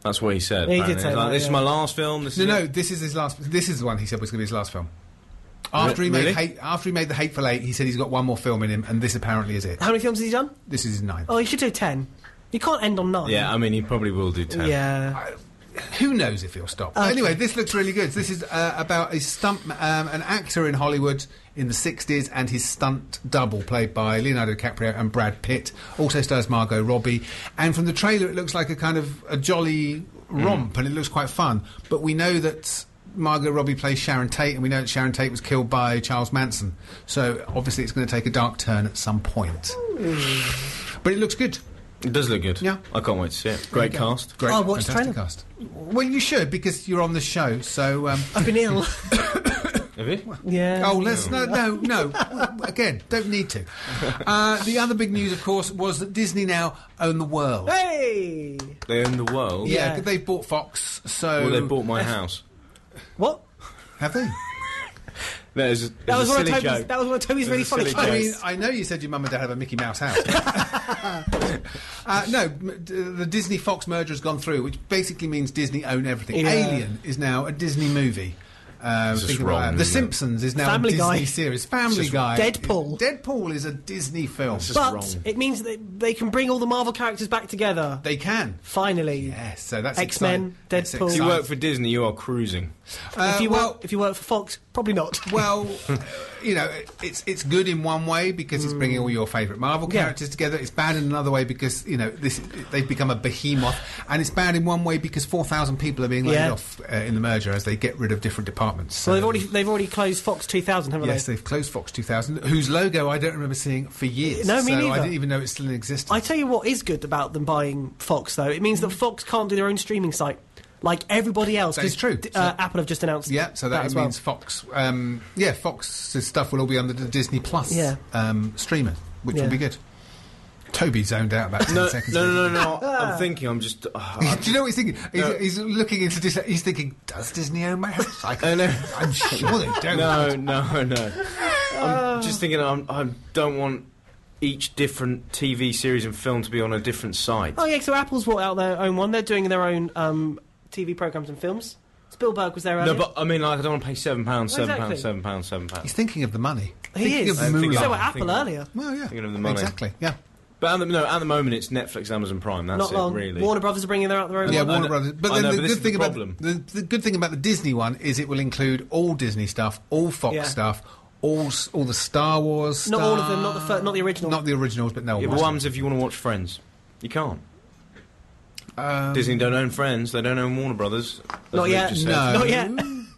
[SPEAKER 5] That's what he said.
[SPEAKER 4] Yeah, he did
[SPEAKER 5] apparently.
[SPEAKER 4] say
[SPEAKER 5] Like,
[SPEAKER 4] that,
[SPEAKER 5] This is
[SPEAKER 4] yeah.
[SPEAKER 5] my last film. This
[SPEAKER 3] no,
[SPEAKER 5] is
[SPEAKER 3] no,
[SPEAKER 5] it."
[SPEAKER 3] this is his last. This is the one he said was going to be his last film. After he made
[SPEAKER 5] really?
[SPEAKER 3] hate, after he made the Hateful Eight, he said he's got one more film in him, and this apparently is it.
[SPEAKER 4] How many films has he done?
[SPEAKER 3] This is his ninth.
[SPEAKER 4] Oh, he should do ten. You can't end on nine.
[SPEAKER 5] Yeah, I mean, he probably will do ten.
[SPEAKER 4] Yeah.
[SPEAKER 3] Who knows if he'll stop?
[SPEAKER 4] Okay.
[SPEAKER 3] Anyway, this looks really good. This is uh, about a stunt, um, an actor in Hollywood in the 60s and his stunt double, played by Leonardo DiCaprio and Brad Pitt. Also stars Margot Robbie. And from the trailer, it looks like a kind of a jolly romp and it looks quite fun. But we know that. Margot Robbie plays Sharon Tate, and we know that Sharon Tate was killed by Charles Manson. So obviously, it's going to take a dark turn at some point. But it looks good.
[SPEAKER 5] It does look good.
[SPEAKER 3] Yeah.
[SPEAKER 5] I can't wait to see it. Great cast.
[SPEAKER 3] Great,
[SPEAKER 4] I'll watch the
[SPEAKER 3] fantastic
[SPEAKER 4] trailer.
[SPEAKER 3] cast. Well, you should because you're on the show. So, um,
[SPEAKER 4] I've been ill.
[SPEAKER 5] Have you?
[SPEAKER 4] yeah.
[SPEAKER 3] oh, let's no, no, no. Again, don't need to. Uh, the other big news, of course, was that Disney now own the world.
[SPEAKER 4] Hey.
[SPEAKER 5] They own the world.
[SPEAKER 3] Yeah,
[SPEAKER 4] Yeah.
[SPEAKER 3] 'cause they bought Fox. So
[SPEAKER 5] Well, they bought my house.
[SPEAKER 4] What?
[SPEAKER 3] have they?
[SPEAKER 5] That is,
[SPEAKER 4] That was,
[SPEAKER 5] a
[SPEAKER 4] one of
[SPEAKER 5] silly
[SPEAKER 4] Toby's,
[SPEAKER 5] joke.
[SPEAKER 4] that was one of Toby's
[SPEAKER 5] It
[SPEAKER 4] really
[SPEAKER 5] was a
[SPEAKER 4] funny
[SPEAKER 5] silly
[SPEAKER 3] I
[SPEAKER 5] joke.
[SPEAKER 4] jokes.
[SPEAKER 3] mean, I know you said your mum and dad have a Mickey Mouse house. uh, no, m- d- the Disney Fox merger has gone through, which basically means Disney own everything.
[SPEAKER 4] Yeah.
[SPEAKER 3] Alien is now a Disney movie. Uh,
[SPEAKER 5] This is
[SPEAKER 3] think about
[SPEAKER 5] wrong,
[SPEAKER 3] that. The
[SPEAKER 5] isn't it?
[SPEAKER 3] Simpsons is now
[SPEAKER 4] Family
[SPEAKER 3] a Disney
[SPEAKER 4] Guy.
[SPEAKER 3] series. Family Guy.
[SPEAKER 4] Deadpool.
[SPEAKER 3] Deadpool is a Disney film.
[SPEAKER 5] This is
[SPEAKER 4] But
[SPEAKER 5] wrong.
[SPEAKER 4] it means that they can bring all the Marvel characters back together.
[SPEAKER 3] They can.
[SPEAKER 4] Finally.
[SPEAKER 3] Yes, so that's
[SPEAKER 4] X-Men,
[SPEAKER 3] exciting. That's
[SPEAKER 4] Deadpool.
[SPEAKER 5] If you
[SPEAKER 3] exciting.
[SPEAKER 5] work for Disney, you are cruising.
[SPEAKER 3] Uh,
[SPEAKER 4] if you
[SPEAKER 3] well,
[SPEAKER 4] work, if you work for Fox, probably not.
[SPEAKER 3] well, you know, it's it's good in one way because it's bringing all your favourite Marvel
[SPEAKER 4] Yeah.
[SPEAKER 3] characters together. It's bad in another way because you know this they've become a behemoth, and it's bad in one way because four thousand people are being laid
[SPEAKER 4] Yeah.
[SPEAKER 3] off uh, in the merger as they get rid of different departments. So
[SPEAKER 4] Well, they've already they've already closed Fox 2000, haven't
[SPEAKER 3] Um, yes,
[SPEAKER 4] they?
[SPEAKER 3] they've closed Fox 2000, whose logo I don't remember seeing for years.
[SPEAKER 4] No, me
[SPEAKER 3] so I
[SPEAKER 4] neither.
[SPEAKER 3] didn't even know it's still in existence.
[SPEAKER 4] I tell you what is good about them buying Fox, though. It means that Fox can't do their own streaming site like everybody else.
[SPEAKER 3] Mm. That is
[SPEAKER 4] 'cause,
[SPEAKER 3] true.
[SPEAKER 4] d-
[SPEAKER 3] So-
[SPEAKER 4] uh, Apple have just announced.
[SPEAKER 3] Yeah, so
[SPEAKER 4] that
[SPEAKER 3] that,
[SPEAKER 4] as well.
[SPEAKER 3] means Fox. Um, yeah, Fox's stuff will all be under the Disney Plus
[SPEAKER 4] Yeah.
[SPEAKER 3] um, streamer, which
[SPEAKER 4] Yeah.
[SPEAKER 3] will be good. Toby zoned out about ten
[SPEAKER 5] No,
[SPEAKER 3] seconds.
[SPEAKER 5] no,
[SPEAKER 3] ago.
[SPEAKER 5] no, no, no. I'm thinking. I'm just. Uh,
[SPEAKER 3] Do you know what he's thinking? He's,
[SPEAKER 5] No.
[SPEAKER 3] he's looking into Disney. He's thinking, does Disney own my house? I
[SPEAKER 5] I know.
[SPEAKER 3] I'm sure they don't.
[SPEAKER 5] no, no, no. I'm just thinking. I'm, I don't want each different TV series and film to be on a different site.
[SPEAKER 4] Oh yeah, so Apple's brought out their own one. They're doing their own um, TV programs and films. Spielberg was there earlier.
[SPEAKER 5] No, but I mean, like, I don't want to pay seven pounds, seven
[SPEAKER 4] Exactly.
[SPEAKER 5] pounds, seven pounds, seven
[SPEAKER 3] He's
[SPEAKER 5] pounds.
[SPEAKER 3] thinking of the money.
[SPEAKER 4] he
[SPEAKER 3] thinking
[SPEAKER 4] is.
[SPEAKER 3] of
[SPEAKER 5] I think
[SPEAKER 4] So
[SPEAKER 5] Mulan.
[SPEAKER 4] were
[SPEAKER 5] I
[SPEAKER 4] Apple
[SPEAKER 5] think-
[SPEAKER 4] earlier.
[SPEAKER 3] Well, yeah,
[SPEAKER 5] Thinking of the money.
[SPEAKER 3] Exactly. Yeah.
[SPEAKER 5] But at the, no, at the moment it's Netflix, Amazon Prime. That's
[SPEAKER 4] Not
[SPEAKER 5] it,
[SPEAKER 4] long.
[SPEAKER 5] really.
[SPEAKER 4] Warner Brothers are bringing their out their own.
[SPEAKER 3] Yeah,
[SPEAKER 4] one.
[SPEAKER 5] I
[SPEAKER 3] Warner
[SPEAKER 5] know-
[SPEAKER 3] Brothers. But
[SPEAKER 5] I
[SPEAKER 3] then
[SPEAKER 5] know,
[SPEAKER 3] the
[SPEAKER 5] but
[SPEAKER 3] good
[SPEAKER 5] this is
[SPEAKER 3] thing
[SPEAKER 5] the
[SPEAKER 3] about
[SPEAKER 5] problem.
[SPEAKER 3] the, the good thing about the Disney one is it will include all Disney stuff, all Fox
[SPEAKER 4] Yeah.
[SPEAKER 3] stuff, all s- all the Star Wars.
[SPEAKER 4] Not all of them,
[SPEAKER 3] stuff.
[SPEAKER 4] not the fir- not the original.
[SPEAKER 3] not the originals, but no
[SPEAKER 5] Yeah,
[SPEAKER 3] one. watched
[SPEAKER 5] but what happens if you want to watch Friends? You can't.
[SPEAKER 3] Um,
[SPEAKER 5] Disney don't own Friends. They don't own Warner Brothers. as
[SPEAKER 4] Not
[SPEAKER 5] Luke
[SPEAKER 4] yet.
[SPEAKER 5] just
[SPEAKER 3] it.
[SPEAKER 5] said.
[SPEAKER 3] No,
[SPEAKER 4] Not yet.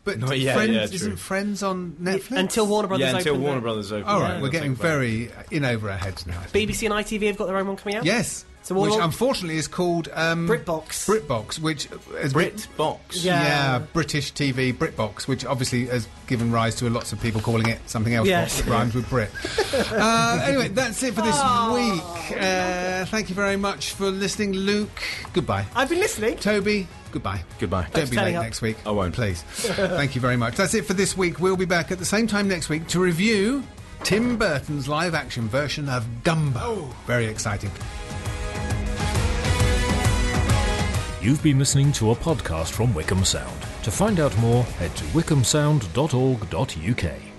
[SPEAKER 3] But
[SPEAKER 5] Not yet,
[SPEAKER 3] Friends,
[SPEAKER 5] yeah,
[SPEAKER 3] isn't
[SPEAKER 5] true.
[SPEAKER 3] Friends on Netflix
[SPEAKER 4] Until Warner Brothers.
[SPEAKER 5] yeah, until
[SPEAKER 4] opened
[SPEAKER 5] Warner
[SPEAKER 4] it.
[SPEAKER 5] Brothers open.
[SPEAKER 3] All right,
[SPEAKER 5] Yeah,
[SPEAKER 3] we're
[SPEAKER 5] that's
[SPEAKER 3] getting
[SPEAKER 5] like that.
[SPEAKER 3] very uh, in over our heads now. I think.
[SPEAKER 4] BBC and ITV have got their own one coming out.
[SPEAKER 3] Yes.
[SPEAKER 4] So we'll-
[SPEAKER 3] which unfortunately is called um,
[SPEAKER 4] BritBox.
[SPEAKER 3] BritBox, which is
[SPEAKER 5] BritBox.
[SPEAKER 4] Yeah.
[SPEAKER 3] Yeah. British TV BritBox, which obviously has given rise to lots of people calling it something else
[SPEAKER 4] Yes.
[SPEAKER 3] that rhymes with Brit. uh, anyway, that's it for this week. Uh, thank you very much for listening, Luke. Goodbye.
[SPEAKER 4] I've been listening.
[SPEAKER 3] Toby, goodbye.
[SPEAKER 5] Goodbye.
[SPEAKER 3] Don't be
[SPEAKER 4] telling
[SPEAKER 3] late
[SPEAKER 4] up.
[SPEAKER 3] next week.
[SPEAKER 5] I won't.
[SPEAKER 3] Please. Thank you very much. That's it for this week. We'll be back at the same time next week to review Tim Burton's live action version of Dumbo. Very exciting.
[SPEAKER 8] You've been listening to a podcast from Wickham Sound. To find out more, head to wickhamsound.org.uk.